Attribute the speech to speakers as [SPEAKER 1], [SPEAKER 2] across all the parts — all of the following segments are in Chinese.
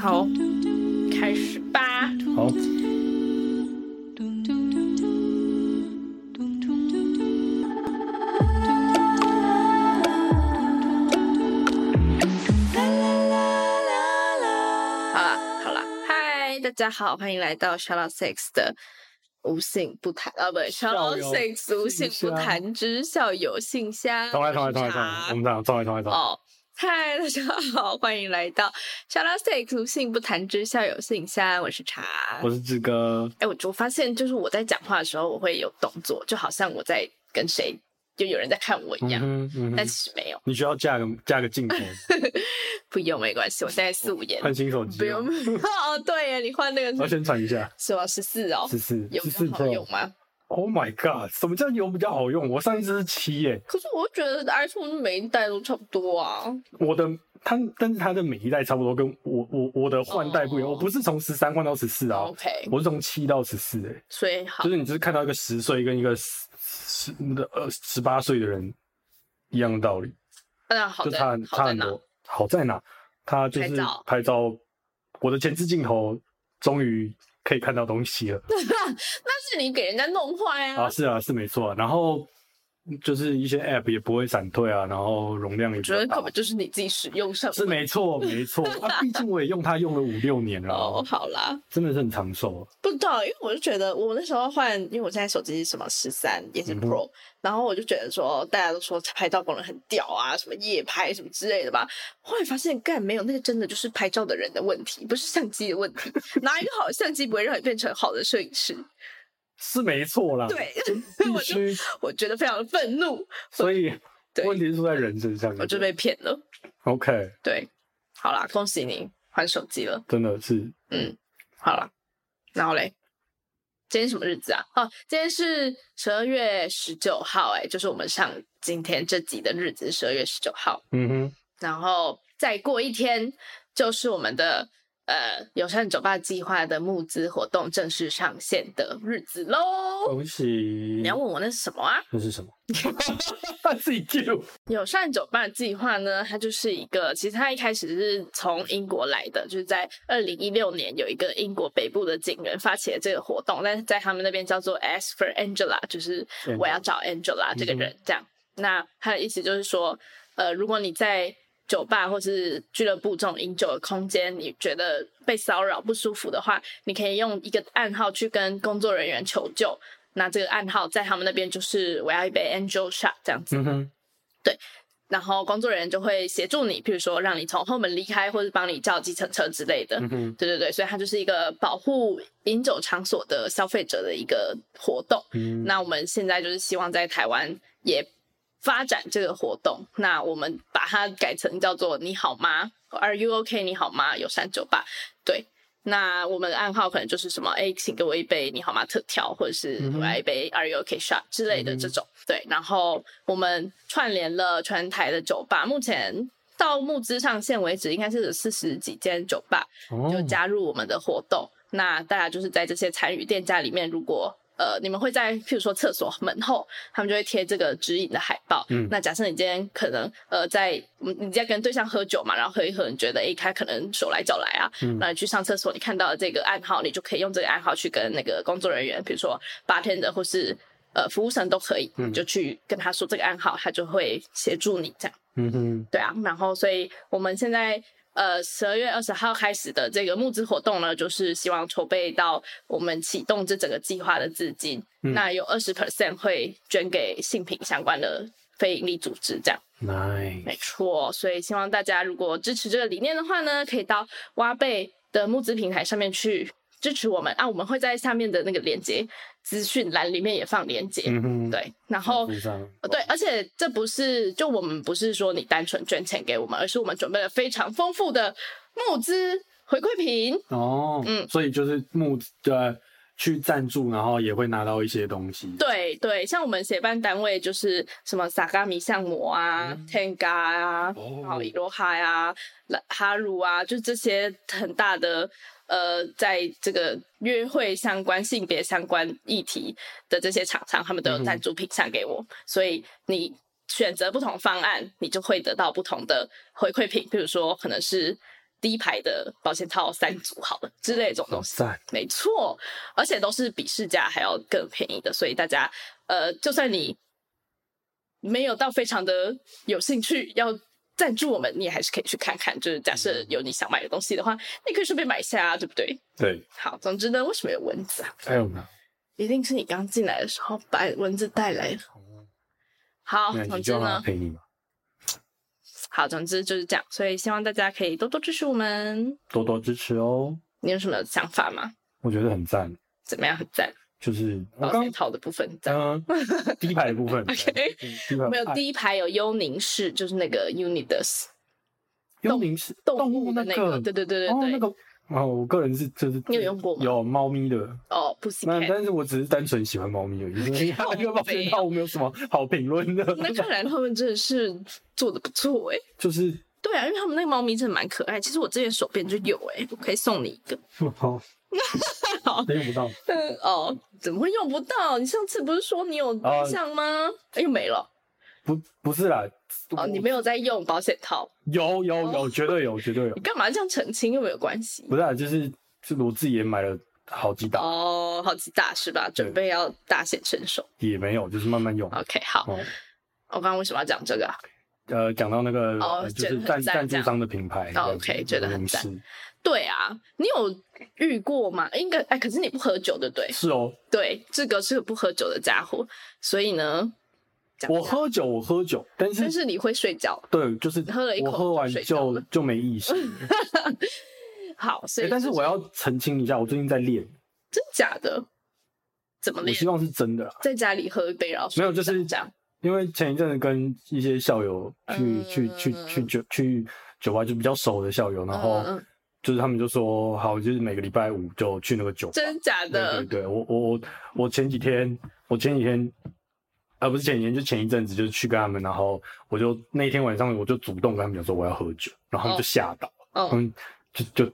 [SPEAKER 1] 好，开始吧。
[SPEAKER 2] 好，
[SPEAKER 1] 嗯好啦，好啦，嗨，大家好，欢迎来到 Shout Out Six 的无性不谈啊，不，Shout
[SPEAKER 2] 校
[SPEAKER 1] Out
[SPEAKER 2] 友
[SPEAKER 1] Six 无性
[SPEAKER 2] 信
[SPEAKER 1] 不
[SPEAKER 2] 箱
[SPEAKER 1] 谈之校友信箱。
[SPEAKER 2] 重来，重来，
[SPEAKER 1] 我是
[SPEAKER 2] 重来，重来
[SPEAKER 1] 茶，
[SPEAKER 2] 我们这样，重来，重来，重来。
[SPEAKER 1] 哦，嗨，大家好，欢迎来到 Shout Out Six 无性不谈之校友信箱，我是茶。
[SPEAKER 2] 我是志哥，
[SPEAKER 1] 哎、我我发现就是我在讲话的时候，我会有动作，就好像我在跟谁，就有人在看我一
[SPEAKER 2] 嗯
[SPEAKER 1] 样，
[SPEAKER 2] 哼，嗯
[SPEAKER 1] 但
[SPEAKER 2] 哼
[SPEAKER 1] 其，实没有，
[SPEAKER 2] 你需要架个架 个镜头，
[SPEAKER 1] 不用没关系，我现在四五言，
[SPEAKER 2] 换新手机
[SPEAKER 1] 不
[SPEAKER 2] 哦，
[SPEAKER 1] 用。 哦，对耶，你换那个
[SPEAKER 2] 我要
[SPEAKER 1] 是
[SPEAKER 2] 宣传一下，
[SPEAKER 1] 什么十四哦，
[SPEAKER 2] 十四，
[SPEAKER 1] 有
[SPEAKER 2] 十
[SPEAKER 1] 比
[SPEAKER 2] 四
[SPEAKER 1] 较好用
[SPEAKER 2] Pro。
[SPEAKER 1] 吗？
[SPEAKER 2] Oh my god，什么叫有比较好用？我上一支是七耶，
[SPEAKER 1] 可是我觉得 iPhone 每一代都差不多啊。
[SPEAKER 2] 我的它，但是它的每一代差不多跟我我我的换代不一样，
[SPEAKER 1] 哦
[SPEAKER 2] 我不是从十三换到十四啊，
[SPEAKER 1] OK，哦
[SPEAKER 2] 我是从七到十四哎，
[SPEAKER 1] 所以好
[SPEAKER 2] 就是你只是看到一个十岁跟一个十十呃十八岁的人一样的道理。
[SPEAKER 1] 那好
[SPEAKER 2] 就
[SPEAKER 1] 在
[SPEAKER 2] 差很
[SPEAKER 1] 好
[SPEAKER 2] 差
[SPEAKER 1] 在
[SPEAKER 2] 很
[SPEAKER 1] 哪？
[SPEAKER 2] 多。好在哪？它就
[SPEAKER 1] 拍
[SPEAKER 2] 是
[SPEAKER 1] 照
[SPEAKER 2] 拍照，我的前置镜头终于可以看到东西了
[SPEAKER 1] 那是你给人家弄坏啊。
[SPEAKER 2] 啊！是啊，是没错、啊。然后就是一些 App 也不会闪退啊，然后容量也
[SPEAKER 1] 我
[SPEAKER 2] 比
[SPEAKER 1] 觉
[SPEAKER 2] 较
[SPEAKER 1] 得
[SPEAKER 2] 大
[SPEAKER 1] 根本就是你自己使用上
[SPEAKER 2] 是没错，没错。啊，毕竟我也用它用了五六年了
[SPEAKER 1] 哦，
[SPEAKER 2] 啊，
[SPEAKER 1] 好啦，
[SPEAKER 2] 真的是很长寿啊。
[SPEAKER 1] 不知道，因为我就觉得我那时候换，因为我现在手机是什么十三也是
[SPEAKER 2] 嗯哼
[SPEAKER 1] Pro，、然后我就觉得说大家都说拍照功能很屌啊，什么夜拍什么之类的吧。后来发现干没有，那个真的就是拍照的人的问题，不是相机的问 题。拿一个好的相机不会让你变成好的摄影师。
[SPEAKER 2] 是没错啦，
[SPEAKER 1] 对，
[SPEAKER 2] 必
[SPEAKER 1] 我就
[SPEAKER 2] 须。
[SPEAKER 1] 我觉得非常的愤怒，
[SPEAKER 2] 所以
[SPEAKER 1] 对
[SPEAKER 2] 问题是出在人身上。
[SPEAKER 1] 我就被骗了。
[SPEAKER 2] OK，
[SPEAKER 1] 对，好啦，恭喜你换手机了。
[SPEAKER 2] 真的是
[SPEAKER 1] 好了，然后嘞，今天什么日子啊？哦，今天是十二月十九号、哎，就是我们上今天这集的日子，十二月十九号。
[SPEAKER 2] 嗯哼，
[SPEAKER 1] 然后再过一天，就是我们的呃友善酒吧计划的募资活动正式上线的日子喽。
[SPEAKER 2] 恭喜
[SPEAKER 1] 你。要问我那是什么啊？
[SPEAKER 2] 这是什么？ 自己 Q。
[SPEAKER 1] 友善酒吧计划呢，它就是一个，其实它一开始是从英国来的，就是在二零一六年有一个英国北部的警员发起了这个活动，但是在他们那边叫做 Ask for Angela，就是我要找 Angela 这个人这样。那他的意思就是说，呃，如果你在酒吧或是俱乐部这种饮酒的空间，你觉得被骚扰不舒服的话，你可以用一个暗号去跟工作人员求救。那这个暗号在他们那边就是我要一杯 Angel Shot 这样子。
[SPEAKER 2] 嗯哼，
[SPEAKER 1] 然后工作人员就会协助你，譬如说让你从后门离开，或者帮你叫计程车之类的。
[SPEAKER 2] 嗯哼，
[SPEAKER 1] 对对对，所以它就是一个保护饮酒场所的消费者的一个活动。
[SPEAKER 2] 嗯，
[SPEAKER 1] 那我们现在就是希望在台湾也发展这个活动。那我们把它改成叫做“你好吗 ”，Are you OK？你好吗？友善酒吧。对，那我们的暗号可能就是什么？哎，请给我一杯“你好吗”特调，或者是
[SPEAKER 2] 嗯哼嗯
[SPEAKER 1] 我来一杯 “Are you OK shot” 之类的这种。对，然后我们串联了全台的酒吧，目前。到募资上线为止，应该是有四十几间酒吧，就
[SPEAKER 2] 哦
[SPEAKER 1] 加入我们的活动。那大家就是在这些参与店家里面，如果呃你们会在譬如说厕所门后，他们就会贴这个指引的海报。
[SPEAKER 2] 嗯
[SPEAKER 1] 那假设你今天可能呃在嗯你在跟对象喝酒嘛，然后喝一喝，你觉得诶、他可能手来脚来啊，
[SPEAKER 2] 嗯
[SPEAKER 1] 那你去上厕所，你看到了这个暗号，你就可以用这个暗号去跟那个工作人员，比如说 bartender 或是呃服务生都可以，
[SPEAKER 2] 嗯
[SPEAKER 1] 你就去跟他说这个暗号，他就会协助你这样。
[SPEAKER 2] 嗯哼，
[SPEAKER 1] 对啊，然后所以我们现在呃十二月二十号开始的这个募资活动呢，就是希望筹备到我们启动这整个计划的资金，
[SPEAKER 2] 嗯
[SPEAKER 1] 那有二十 percent 会捐给性品相关的非营利组织，这样没
[SPEAKER 2] nice，
[SPEAKER 1] 错。所以希望大家如果支持这个理念的话呢，可以到挖贝的募资平台上面去。支持我们啊！我们会在下面的那个链接资讯栏里面也放链接，
[SPEAKER 2] 嗯哼，
[SPEAKER 1] 对。然后
[SPEAKER 2] 附上，
[SPEAKER 1] 呃对，而且这不是就我们不是说你单纯捐钱给我们，而是我们准备了非常丰富的募资回馈品。
[SPEAKER 2] 哦，
[SPEAKER 1] 嗯
[SPEAKER 2] 所以就是募呃去赞助，然后也会拿到一些东西，
[SPEAKER 1] 对对，像我们协办单位就是什么萨嘎米相模啊、Tenga 啊、然
[SPEAKER 2] 哦
[SPEAKER 1] 后伊罗哈呀、拉哈鲁啊，就这些很大的呃，在这个约会相关、性别相关议题的这些厂商，他们都有赞助品项给我，所以你选择不同方案，你就会得到不同的回馈品，比如说可能是。第一排的保险套三组好了之类的这种
[SPEAKER 2] 好
[SPEAKER 1] 东西。
[SPEAKER 2] 赞，
[SPEAKER 1] 没错，而且都是比市价还要更便宜的，所以大家呃，就算你没有到非常的有兴趣要赞助我们，你也还是可以去看看。就是假设
[SPEAKER 2] 嗯
[SPEAKER 1] 有你想买的东西的话，你可以顺便买一下、啊，对不对？
[SPEAKER 2] 对，
[SPEAKER 1] 好，总之呢，为什么有蚊子啊？
[SPEAKER 2] 还有呢？
[SPEAKER 1] 一定是你刚进来的时候把蚊子带来的。好，
[SPEAKER 2] 那
[SPEAKER 1] 哦总
[SPEAKER 2] 你
[SPEAKER 1] 之
[SPEAKER 2] 就让
[SPEAKER 1] 呢
[SPEAKER 2] 他，陪你嘛，
[SPEAKER 1] 好，总之就是这样，所以希望大家可以多多支持我们。
[SPEAKER 2] 多多支持哦，
[SPEAKER 1] 你有什么想法吗？
[SPEAKER 2] 我觉得很赞。
[SPEAKER 1] 怎么样？很赞，
[SPEAKER 2] 就是我
[SPEAKER 1] 保
[SPEAKER 2] 刚
[SPEAKER 1] 险套的部分很赞。
[SPEAKER 2] 嗯，第一排的部分
[SPEAKER 1] OK
[SPEAKER 2] 嗯第一排
[SPEAKER 1] 没有
[SPEAKER 2] 哎
[SPEAKER 1] 第一排有幽宁市，就是那个 Unidas
[SPEAKER 2] 幽灵是
[SPEAKER 1] 动
[SPEAKER 2] 嗯物
[SPEAKER 1] 物的那
[SPEAKER 2] 个，
[SPEAKER 1] 对对对对
[SPEAKER 2] 哦那
[SPEAKER 1] 对，
[SPEAKER 2] 个，哦，我个人是就是
[SPEAKER 1] 你有用过吗
[SPEAKER 2] 有猫咪的，
[SPEAKER 1] 哦 p u s s
[SPEAKER 2] 那
[SPEAKER 1] y Cat，
[SPEAKER 2] 但是我只是单纯喜欢猫咪而已， 所以它
[SPEAKER 1] 靠
[SPEAKER 2] 那个保
[SPEAKER 1] 北
[SPEAKER 2] 险
[SPEAKER 1] 哦
[SPEAKER 2] 套我没有什么好评论的，
[SPEAKER 1] 那看来他们真的是做的不错哎。
[SPEAKER 2] 就是
[SPEAKER 1] 对啊，因为他们那个猫咪真的蛮可爱。其实我之前手边就有哎，我可以送你一 个。
[SPEAKER 2] 好，
[SPEAKER 1] 好
[SPEAKER 2] 用不到
[SPEAKER 1] 嗯哦，怎么会用不到？你上次不是说你有
[SPEAKER 2] 啊
[SPEAKER 1] 对象吗？哎又没了
[SPEAKER 2] 不不是啦，
[SPEAKER 1] 哦，你没哦有在用保险套，
[SPEAKER 2] 有有有绝对有绝对有
[SPEAKER 1] 你，干嘛这样澄清？又没有关系。
[SPEAKER 2] 不是啊，就是就是我自己也买了好几打，
[SPEAKER 1] 哦，好几大是吧？准备要大显身手。
[SPEAKER 2] 也没有，就是慢慢用。
[SPEAKER 1] OK，好，
[SPEAKER 2] 哦，
[SPEAKER 1] 我刚刚为什么要讲这个啊？
[SPEAKER 2] 呃，讲到那个
[SPEAKER 1] 哦
[SPEAKER 2] 呃就
[SPEAKER 1] 觉得
[SPEAKER 2] 是
[SPEAKER 1] 很
[SPEAKER 2] 赞
[SPEAKER 1] 赞
[SPEAKER 2] 赞助
[SPEAKER 1] 这样
[SPEAKER 2] 商的品牌
[SPEAKER 1] 哦，OK，觉得很赞
[SPEAKER 2] 赞，
[SPEAKER 1] 对啊，你有遇过吗？应该哎，可是你不喝酒，对不对？
[SPEAKER 2] 是哦，
[SPEAKER 1] 对，志哥是个不喝酒的家伙，所以呢，讲一
[SPEAKER 2] 我
[SPEAKER 1] 下，
[SPEAKER 2] 喝酒我喝酒，但
[SPEAKER 1] 啊
[SPEAKER 2] 是
[SPEAKER 1] 但是你会睡觉。
[SPEAKER 2] 对，就是
[SPEAKER 1] 喝了一口
[SPEAKER 2] 我喝完
[SPEAKER 1] 就睡着
[SPEAKER 2] 就
[SPEAKER 1] 了嗯
[SPEAKER 2] 就没意识。了
[SPEAKER 1] 好，所以、
[SPEAKER 2] 欸但是我要澄清一下，我最近在练，
[SPEAKER 1] 真假的，怎么
[SPEAKER 2] 我
[SPEAKER 1] 练
[SPEAKER 2] 希？望是真的啦，
[SPEAKER 1] 在家里喝一杯，然后睡
[SPEAKER 2] 没有就是
[SPEAKER 1] 着这样。
[SPEAKER 2] 因为前一阵子跟一些校友去、
[SPEAKER 1] 嗯
[SPEAKER 2] 去去去酒去酒吧，就比较熟的校友，然后
[SPEAKER 1] 嗯嗯
[SPEAKER 2] 就是他们就说好，就是每个礼拜五就去那个酒吧。
[SPEAKER 1] 真假
[SPEAKER 2] 对
[SPEAKER 1] 的
[SPEAKER 2] 对对，我我我我前几天，我前几天，啊不是前几天，就前一阵子就去跟他们，然后我就那天晚上我就主动跟他们讲说我要喝酒，然后他们就
[SPEAKER 1] 哦
[SPEAKER 2] 吓到，他
[SPEAKER 1] 嗯
[SPEAKER 2] 们就就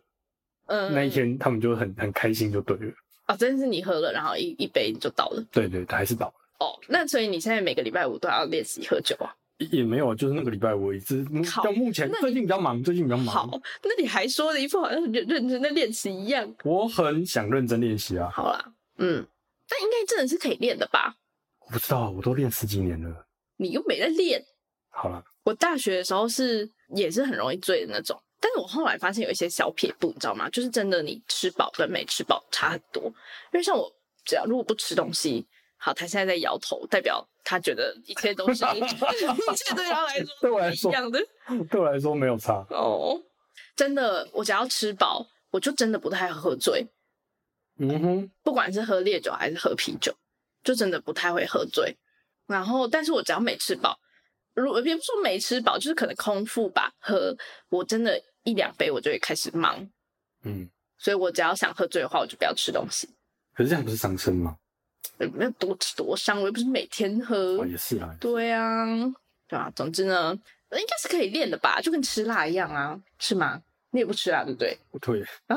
[SPEAKER 1] 嗯，
[SPEAKER 2] 那一天他们就很很开心就对了，
[SPEAKER 1] 哦，真的是你喝了，然后一一杯就倒了。
[SPEAKER 2] 对对，还是倒了，
[SPEAKER 1] 哦，那所以你现在每个礼拜五都要练习喝酒啊？
[SPEAKER 2] 也没有，就是那个礼拜我一直
[SPEAKER 1] 靠
[SPEAKER 2] 到目前
[SPEAKER 1] 那你
[SPEAKER 2] 最近比较忙，最近比较
[SPEAKER 1] 好
[SPEAKER 2] 忙，，
[SPEAKER 1] 那你还说的一副好像很认认真的练习一样。
[SPEAKER 2] 我很想认真练习啊，
[SPEAKER 1] 好啦，嗯，那应该真的是可以练的吧？
[SPEAKER 2] 我不知道，我都练十几年了，
[SPEAKER 1] 你又没在练。
[SPEAKER 2] 好了，
[SPEAKER 1] 我大学的时候是也是很容易醉的那种，但是我后来发现有一些小撇步，你知道吗？就是真的你吃饱跟没吃饱差很多。因为像我，只要如果不吃东西，好，他现在在摇头，代表他觉得一切都是一切对他来说
[SPEAKER 2] 对我来
[SPEAKER 1] 一
[SPEAKER 2] 说
[SPEAKER 1] 样的
[SPEAKER 2] 对我来说没有差，
[SPEAKER 1] 哦。真的，我只要吃饱，我就真的不太喝醉，
[SPEAKER 2] 嗯哼，
[SPEAKER 1] 不管是喝烈酒还是喝啤酒，就真的不太会喝醉。然后，但是我只要没吃饱，如也不是说没吃饱，就是可能空腹吧，喝我真的一两杯我就会开始忙，
[SPEAKER 2] 嗯，
[SPEAKER 1] 所以我只要想喝醉的话，我就不要吃东西，
[SPEAKER 2] 可是这样不是伤身吗？
[SPEAKER 1] 也没有多吃多伤，我又不是每天喝
[SPEAKER 2] 哦，。也是啊，
[SPEAKER 1] 对啊，对啊，总之呢，应该是可以练的吧，就跟吃辣一样啊，是吗？你也不吃辣，对不对？
[SPEAKER 2] 对，
[SPEAKER 1] 啊，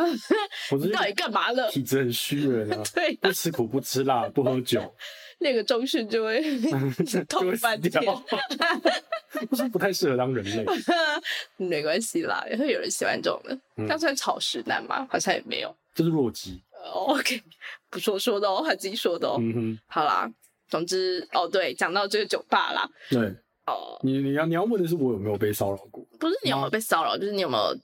[SPEAKER 2] 我
[SPEAKER 1] 你
[SPEAKER 2] 最近
[SPEAKER 1] 到底干嘛 了？，
[SPEAKER 2] 体质很虚的人啊
[SPEAKER 1] 对，
[SPEAKER 2] 不吃苦不吃辣不喝酒，
[SPEAKER 1] 练个中式 就会
[SPEAKER 2] 就
[SPEAKER 1] 痛
[SPEAKER 2] 会
[SPEAKER 1] 半
[SPEAKER 2] 死
[SPEAKER 1] 天。
[SPEAKER 2] 掉， 不是不太适合当人 类。
[SPEAKER 1] 没关系啦，也会有人喜欢这种的。
[SPEAKER 2] 嗯
[SPEAKER 1] 他算草食男吗？好像也没有。
[SPEAKER 2] 这是弱鸡，
[SPEAKER 1] 呃 OK，不 是我说的哦，他自己说的哦。
[SPEAKER 2] 嗯哼，
[SPEAKER 1] 好啦，总之哦，对，讲到这个酒吧啦，
[SPEAKER 2] 对
[SPEAKER 1] 哦，
[SPEAKER 2] 你你要你要问的是我有没有被骚扰过？
[SPEAKER 1] 不是你
[SPEAKER 2] 嗯
[SPEAKER 1] 有没有被骚扰，就是你有没有？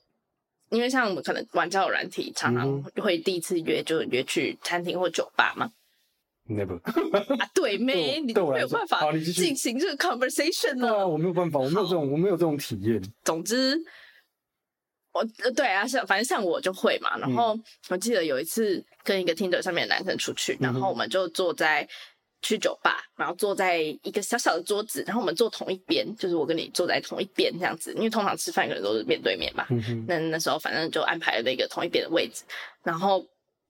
[SPEAKER 1] 因为像我们可能玩交友软体，常常
[SPEAKER 2] 嗯
[SPEAKER 1] 会第一次约就约去餐厅或酒吧 嘛。
[SPEAKER 2] Never，
[SPEAKER 1] 啊，对妹，
[SPEAKER 2] 对我
[SPEAKER 1] 你
[SPEAKER 2] 对我
[SPEAKER 1] 没有
[SPEAKER 2] 来说
[SPEAKER 1] 办法
[SPEAKER 2] 好你继续
[SPEAKER 1] 进行这个 conversation
[SPEAKER 2] 对
[SPEAKER 1] 呢。
[SPEAKER 2] 啊，我没有办法，我没有这种我没有这种体验。
[SPEAKER 1] 总之，我呃对啊，像反正像我就会嘛。
[SPEAKER 2] 嗯
[SPEAKER 1] 然后我记得有一次跟一个 Tinder 上面的男生出去，然
[SPEAKER 2] 嗯
[SPEAKER 1] 后
[SPEAKER 2] 哼
[SPEAKER 1] 我们就坐在去酒吧，然后坐在一个小小的桌子，然后我们坐同一边，就是我跟你坐在同一边这样子，因为通常吃饭可能都是面对面嘛。
[SPEAKER 2] 嗯哼，
[SPEAKER 1] 那那时候反正就安排了那个同一边的位置，然后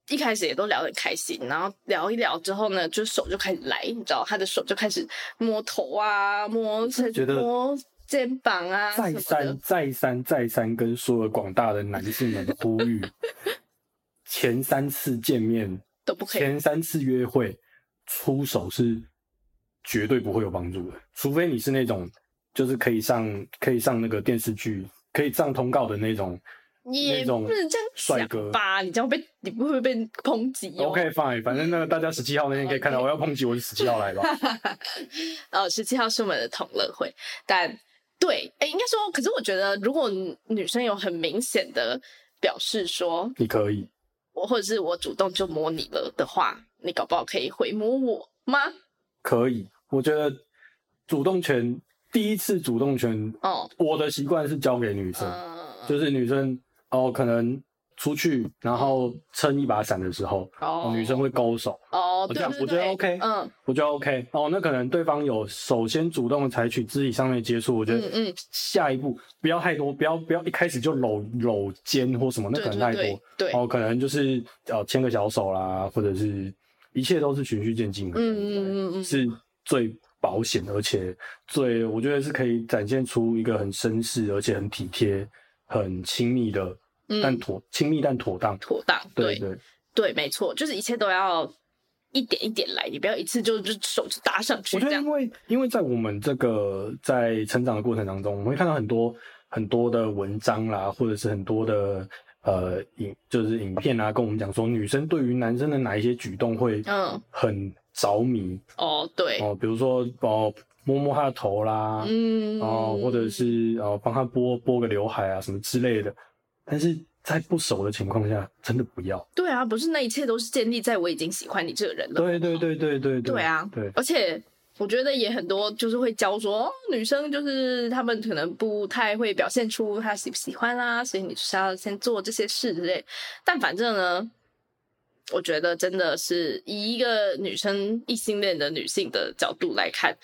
[SPEAKER 1] 一开始也都聊得很开心，然后聊一聊之后呢，就手就开始来，你知道他的手就开始摸头啊，摸
[SPEAKER 2] 觉得
[SPEAKER 1] 摸肩膀啊，
[SPEAKER 2] 再三再三再三跟所有广大的男性们 呼吁，前三次见面，
[SPEAKER 1] 都不可以。
[SPEAKER 2] 前三次约会，出手是绝对不会有帮助的，除非你是那种就是可以上可以上那个电视剧，可以上通告的那种
[SPEAKER 1] 也
[SPEAKER 2] 那种
[SPEAKER 1] 不能这样
[SPEAKER 2] 帅
[SPEAKER 1] 想
[SPEAKER 2] 哥
[SPEAKER 1] 吧？你这样被你会不会被抨击哦
[SPEAKER 2] OK fine，反正那个大家十七号那天可以
[SPEAKER 1] 嗯
[SPEAKER 2] 看到，我要抨击我就十七号来吧。
[SPEAKER 1] 呃，十七号是我们的同乐会，但对，哎，应该说，可是我觉得，如果女生有很明显的表示说，
[SPEAKER 2] 你可以，
[SPEAKER 1] 我或者是我主动就摸你了的话，你搞不好可以回摸我吗？
[SPEAKER 2] 可以，我觉得主动权第一次主动权，
[SPEAKER 1] 哦，
[SPEAKER 2] 我的习惯是交给女生，
[SPEAKER 1] 嗯，
[SPEAKER 2] 就是女生哦，可能出去然后撑一把伞的时候，
[SPEAKER 1] 哦
[SPEAKER 2] 哦，女生会勾手，
[SPEAKER 1] 哦，
[SPEAKER 2] 我
[SPEAKER 1] 对
[SPEAKER 2] 这样
[SPEAKER 1] 对
[SPEAKER 2] 我觉得
[SPEAKER 1] 对
[SPEAKER 2] OK
[SPEAKER 1] 嗯
[SPEAKER 2] 我觉得 OK。哦，那可能对方有首先主动采取肢体上面的接触，我觉
[SPEAKER 1] 嗯
[SPEAKER 2] 得
[SPEAKER 1] 嗯，
[SPEAKER 2] 下一步不要太多，不要不要一开始就搂搂肩或什么，那
[SPEAKER 1] 对
[SPEAKER 2] 可能
[SPEAKER 1] 对
[SPEAKER 2] 太多。
[SPEAKER 1] 对对，
[SPEAKER 2] 哦，可能就是呃牵个小手啦，或者是一切都是循序渐进的，
[SPEAKER 1] 嗯嗯嗯嗯
[SPEAKER 2] 是最保险，而且最我觉得是可以展现出一个很绅士，而且很体贴、很亲密的，
[SPEAKER 1] 嗯
[SPEAKER 2] 但妥亲密但妥当，
[SPEAKER 1] 妥当，
[SPEAKER 2] 对对，
[SPEAKER 1] 对，没错，就是一切都要一点一点来，你不要一次就就手就搭上去
[SPEAKER 2] 我觉
[SPEAKER 1] 这
[SPEAKER 2] 得
[SPEAKER 1] 样
[SPEAKER 2] 因。为因为在我们这个在成长的过程当中，我们会看到很多很多的文章啦，或者是很多的。呃，影就是影片啊，跟我们讲说，女生对于男生的哪一些举动会
[SPEAKER 1] 嗯
[SPEAKER 2] 很着迷，
[SPEAKER 1] 哦，对，
[SPEAKER 2] 哦，比如说哦摸摸他的头啦，
[SPEAKER 1] 嗯，
[SPEAKER 2] 哦或者是哦帮他拨拨个刘海啊什么之类的，但是在不熟的情况下，真的不要。
[SPEAKER 1] 对啊，不是那一切都是建立在我已经喜欢你这个人了。
[SPEAKER 2] 对对对对对对
[SPEAKER 1] 对啊
[SPEAKER 2] 对
[SPEAKER 1] 而且我觉得也很多就是会教说，哦女生就是她们可能不太会表现出她喜不喜欢啦、所以你就是要先做这些事之类。但反正呢，我觉得真的是以一个女生异性恋的女性的角度来看。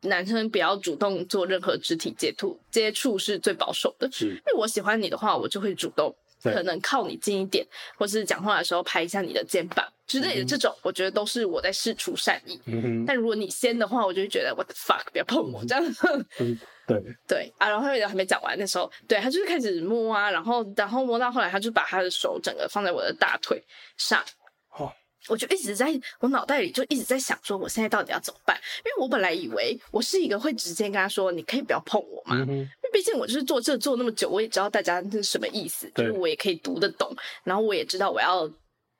[SPEAKER 1] 男生不要主动做任何肢体接触，接触是最保守的。
[SPEAKER 2] 是
[SPEAKER 1] 因为我喜欢你的话，我就会主动，
[SPEAKER 2] 对
[SPEAKER 1] 可能靠你近一点，或是讲话的时候拍一下你的肩膀之类的，
[SPEAKER 2] 嗯
[SPEAKER 1] 这种、我觉得都是我在试出善意。
[SPEAKER 2] 嗯哼
[SPEAKER 1] 但如果你先的话，我就会觉得 what the fuck，不要碰我这样。
[SPEAKER 2] 对
[SPEAKER 1] 对啊，然后还没讲完，那时候对他就是开始摸啊，然后然后摸到后来，他就把他的手整个放在我的大腿上。
[SPEAKER 2] 哦，
[SPEAKER 1] 我就一直在我脑袋里就一直在想说，我现在到底要怎么办？因为我本来以为我是一个会直接跟他说，你可以不要碰我嘛，
[SPEAKER 2] 嗯哼
[SPEAKER 1] 因为毕竟我就是做这做那么久，我也知道大家是什么意思，就
[SPEAKER 2] 对
[SPEAKER 1] 是我也可以读得懂，然后我也知道我要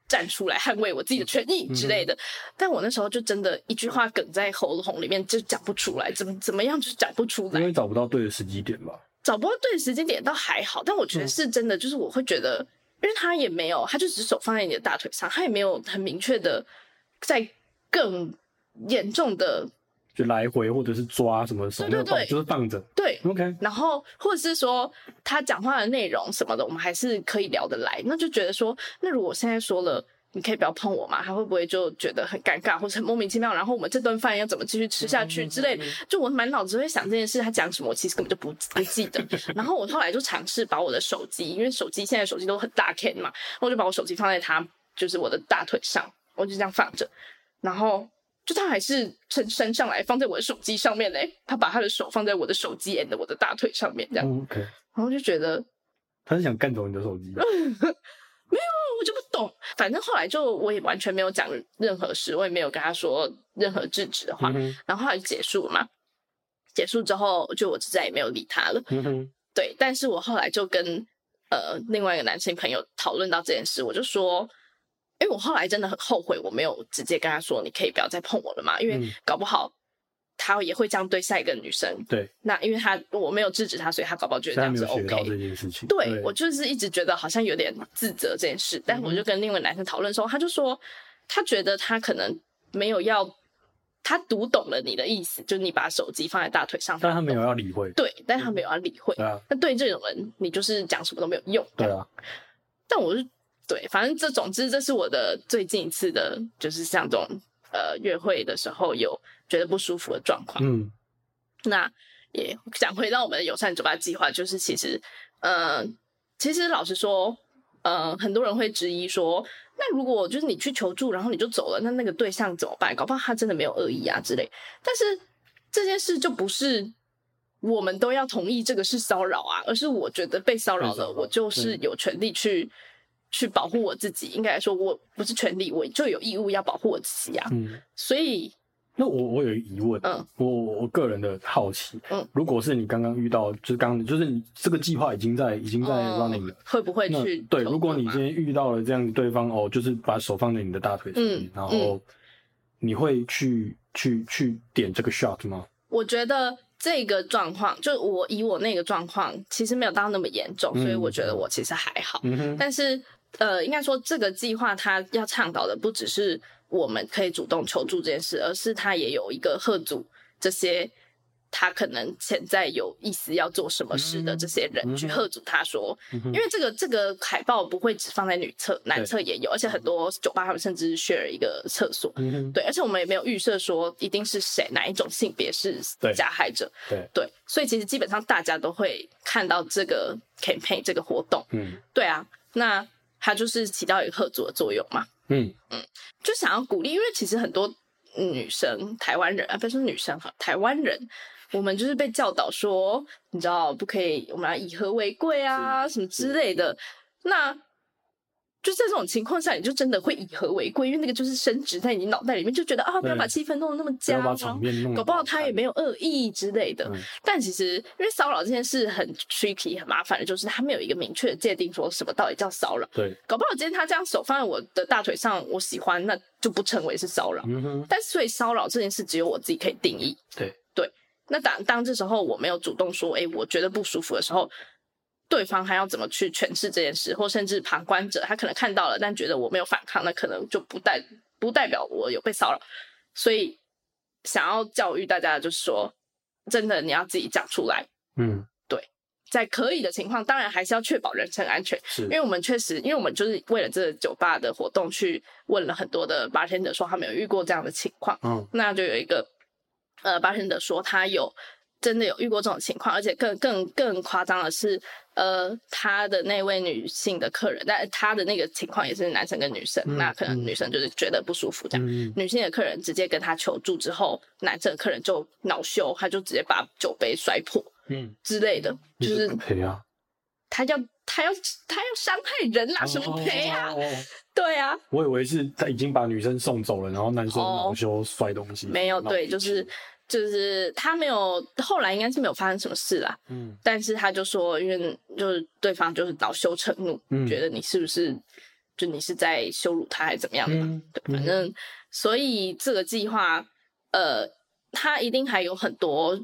[SPEAKER 1] 站出来捍卫我自己的权益之类的。但我那时候就真的一句话梗在喉咙里面，就讲不出来，怎么怎么样就讲不出
[SPEAKER 2] 因
[SPEAKER 1] 来。
[SPEAKER 2] 为找不到对的时机点吧。
[SPEAKER 1] 找不到对的时间点倒还好，但我觉得是真的，就是我会觉得，因为他也没有，他就只是手放在你的大腿上，他也没有很明确的在更严重的
[SPEAKER 2] 就来回或者是抓什么手
[SPEAKER 1] 对
[SPEAKER 2] 没有
[SPEAKER 1] 对对
[SPEAKER 2] 动，就是放着。
[SPEAKER 1] 对
[SPEAKER 2] OK，
[SPEAKER 1] 然后或者是说他讲话的内容什么的，我们还是可以聊得来。那就觉得说，那如果我现在说了，你可以不要碰我嘛，他会不会就觉得很尴尬，或者很莫名其妙？然后我们这顿饭要怎么继续吃下去之类的？就我满脑子会想这件事，他讲什么，我其实根本就不不记得。 然后我后来就尝试把我的手机，因为手机现在手机都很大 can 嘛，我就把我手机放在他就是我的大腿上，我就这样放着，然后。就他还是伸伸上来放在我的手机上面嘞，他把他的手放在我的手机 and 我的大腿上面这样，
[SPEAKER 2] 嗯 OK，
[SPEAKER 1] 然后就觉得
[SPEAKER 2] 他是想干走你的手 机吧？
[SPEAKER 1] 我就不懂。反正后来就我也完全没有讲任何事，我也没有跟他说任何制止的话。
[SPEAKER 2] 嗯哼
[SPEAKER 1] 然后后来就结束了嘛，结束之后就我就再也没有理他了。
[SPEAKER 2] 嗯哼
[SPEAKER 1] 对，但是我后来就跟呃另外一个男性朋友讨论到这件事，我就说，因为我后来真的很后悔，我没有直接跟他说，你可以不要再碰我了嘛，因为
[SPEAKER 2] 嗯
[SPEAKER 1] 搞不好他也会这样对下一个女生。
[SPEAKER 2] 对，
[SPEAKER 1] 那因为他我没有制止他，所以他搞不好觉
[SPEAKER 2] 所
[SPEAKER 1] 得这样
[SPEAKER 2] 以他没
[SPEAKER 1] 是
[SPEAKER 2] 有学
[SPEAKER 1] OK
[SPEAKER 2] 到这件事情。
[SPEAKER 1] 对我就是一直觉得好像有点自责这件事，但我
[SPEAKER 2] 嗯
[SPEAKER 1] 就跟另外一个男生讨论的时候，他就说他觉得他可能没有要，他读懂了你的意思，就是你把手机放在大腿上，
[SPEAKER 2] 但他没有要理会。
[SPEAKER 1] 对，但他没有要理会。
[SPEAKER 2] 对啊，
[SPEAKER 1] 那对这种人，你就是讲什么都没有用。
[SPEAKER 2] 对啊，
[SPEAKER 1] 但我是对，反正这总之这是我的最近一次的，就是像这种呃约会的时候有觉得不舒服的状况。
[SPEAKER 2] 嗯，
[SPEAKER 1] 那也讲回到我们的友善酒吧计划，就是其实，呃，其实老实说，呃，很多人会质疑说，那如果就是你去求助，然后你就走了，那那个对象怎么办？搞不好他真的没有恶意啊之类。但是这件事就不是我们都要同意这个是骚扰啊，而是我觉得被骚扰
[SPEAKER 2] 被骚
[SPEAKER 1] 了，
[SPEAKER 2] 扰
[SPEAKER 1] 我就是有权利去。去保护我自己，应该来说，我不是权利，我就有义务要保护我自己啊。
[SPEAKER 2] 嗯，
[SPEAKER 1] 所以
[SPEAKER 2] 那我我有一个疑问，
[SPEAKER 1] 嗯
[SPEAKER 2] 我我我个人的好奇，
[SPEAKER 1] 嗯
[SPEAKER 2] 如果是你刚刚遇到，就是刚就是你这个计划已经在已经在
[SPEAKER 1] 嗯
[SPEAKER 2] running 了，
[SPEAKER 1] 会不会
[SPEAKER 2] 那
[SPEAKER 1] 去
[SPEAKER 2] 对，
[SPEAKER 1] 投
[SPEAKER 2] 如果
[SPEAKER 1] 入
[SPEAKER 2] 你
[SPEAKER 1] 吗
[SPEAKER 2] 今天遇到了这样的对方哦，就是把手放在你的大腿上面，
[SPEAKER 1] 嗯
[SPEAKER 2] 然后你会去去去点这个 shot 吗？
[SPEAKER 1] 我觉得这个状况，就我以我那个状况，其实没有到那么严重，
[SPEAKER 2] 嗯
[SPEAKER 1] 所以我觉得我其实还好。
[SPEAKER 2] 嗯哼，
[SPEAKER 1] 但是，呃，应该说这个计划它要倡导的不只是我们可以主动求助这件事，而是它也有一个贺阻这些他可能潜在有意思要做什么事的
[SPEAKER 2] 嗯
[SPEAKER 1] 这些人、
[SPEAKER 2] 嗯
[SPEAKER 1] 去贺阻他说，
[SPEAKER 2] 嗯
[SPEAKER 1] 因
[SPEAKER 2] 哼
[SPEAKER 1] 为这个这个海报不会只放在女厕，男厕也有，而且很多酒吧他们甚至是 share 一个厕所，
[SPEAKER 2] 嗯哼，
[SPEAKER 1] 对，而且我们也没有预设说一定是谁哪一种性别是
[SPEAKER 2] 对
[SPEAKER 1] 加害者，
[SPEAKER 2] 对，
[SPEAKER 1] 对，所以其实基本上大家都会看到这个 campaign 这个活动，
[SPEAKER 2] 嗯
[SPEAKER 1] 对啊，那它就是起到一个合作的作用嘛，
[SPEAKER 2] 嗯
[SPEAKER 1] 就想要鼓励，因为其实很多女生，台湾人啊，不要说女生哈，台湾人，我们就是被教导说，你知道不可以，我们要以和为贵啊，
[SPEAKER 2] 是
[SPEAKER 1] 什么之类的，那。就在这种情况下，你就真的会以和为贵，因为那个就是升值在你脑袋里面，就觉得啊，不要
[SPEAKER 2] 对
[SPEAKER 1] 把气氛弄得那么
[SPEAKER 2] 不
[SPEAKER 1] 僵
[SPEAKER 2] 要把
[SPEAKER 1] 啊，
[SPEAKER 2] 场面弄得
[SPEAKER 1] 搞不好他也没有恶意之类的。
[SPEAKER 2] 嗯
[SPEAKER 1] 但其实，因为骚扰这件事很 tricky、很麻烦的，就是他没有一个明确的界定，说什么到底叫骚扰。
[SPEAKER 2] 对，
[SPEAKER 1] 搞不好今天他这样手放在我的大腿上，我喜欢，那就不成为是骚扰。
[SPEAKER 2] 嗯哼，
[SPEAKER 1] 但所以骚扰这件事，只有我自己可以定义。
[SPEAKER 2] 对
[SPEAKER 1] 对，那当当这时候我没有主动说，哎、我觉得不舒服的时候，对方还要怎么去诠释这件事，或甚至旁观者他可能看到了，但觉得我没有反抗，那可能就不代不代表我有被骚扰。所以想要教育大家，的就是说，真的你要自己讲出来，
[SPEAKER 2] 嗯
[SPEAKER 1] 在可以的情况，当然还是要确保人身安全。
[SPEAKER 2] 是
[SPEAKER 1] 因，为我们确实，因为我们就是为了这个酒吧的活动去问了很多的 bartender，说他们有遇过这样的情况。
[SPEAKER 2] 嗯
[SPEAKER 1] 那就有一个呃 bartender 说他有真的有遇过这种情况，而且更更更夸张的是，呃，他的那位女性的客人，但他的那个情况也是男生跟女生，
[SPEAKER 2] 嗯
[SPEAKER 1] 那可能
[SPEAKER 2] 嗯
[SPEAKER 1] 女生就是觉得不舒服这样。
[SPEAKER 2] 嗯
[SPEAKER 1] 女性的客人直接跟他求助之后，男生的客人就恼羞，他就直接把酒杯摔破
[SPEAKER 2] 嗯，
[SPEAKER 1] 之类的，就是
[SPEAKER 2] 赔啊，
[SPEAKER 1] 他要他要他要伤害人啦、什么赔啊？
[SPEAKER 2] 哦？哦哦哦
[SPEAKER 1] 对啊，
[SPEAKER 2] 我以为是他已经把女生送走了，然后男生
[SPEAKER 1] 哦
[SPEAKER 2] 恼羞摔东西，
[SPEAKER 1] 没有，
[SPEAKER 2] 闹
[SPEAKER 1] 对，
[SPEAKER 2] 脾
[SPEAKER 1] 就是
[SPEAKER 2] 气
[SPEAKER 1] 就是他没有，后来应该是没有发生什么事啦。
[SPEAKER 2] 嗯
[SPEAKER 1] 但是他就说，因为就是对方就是恼羞成怒，
[SPEAKER 2] 嗯
[SPEAKER 1] 觉得你是不是就你是在羞辱他还是怎么样的嘛？
[SPEAKER 2] 嗯，
[SPEAKER 1] 对，反正所以这个计划，呃，它一定还有很多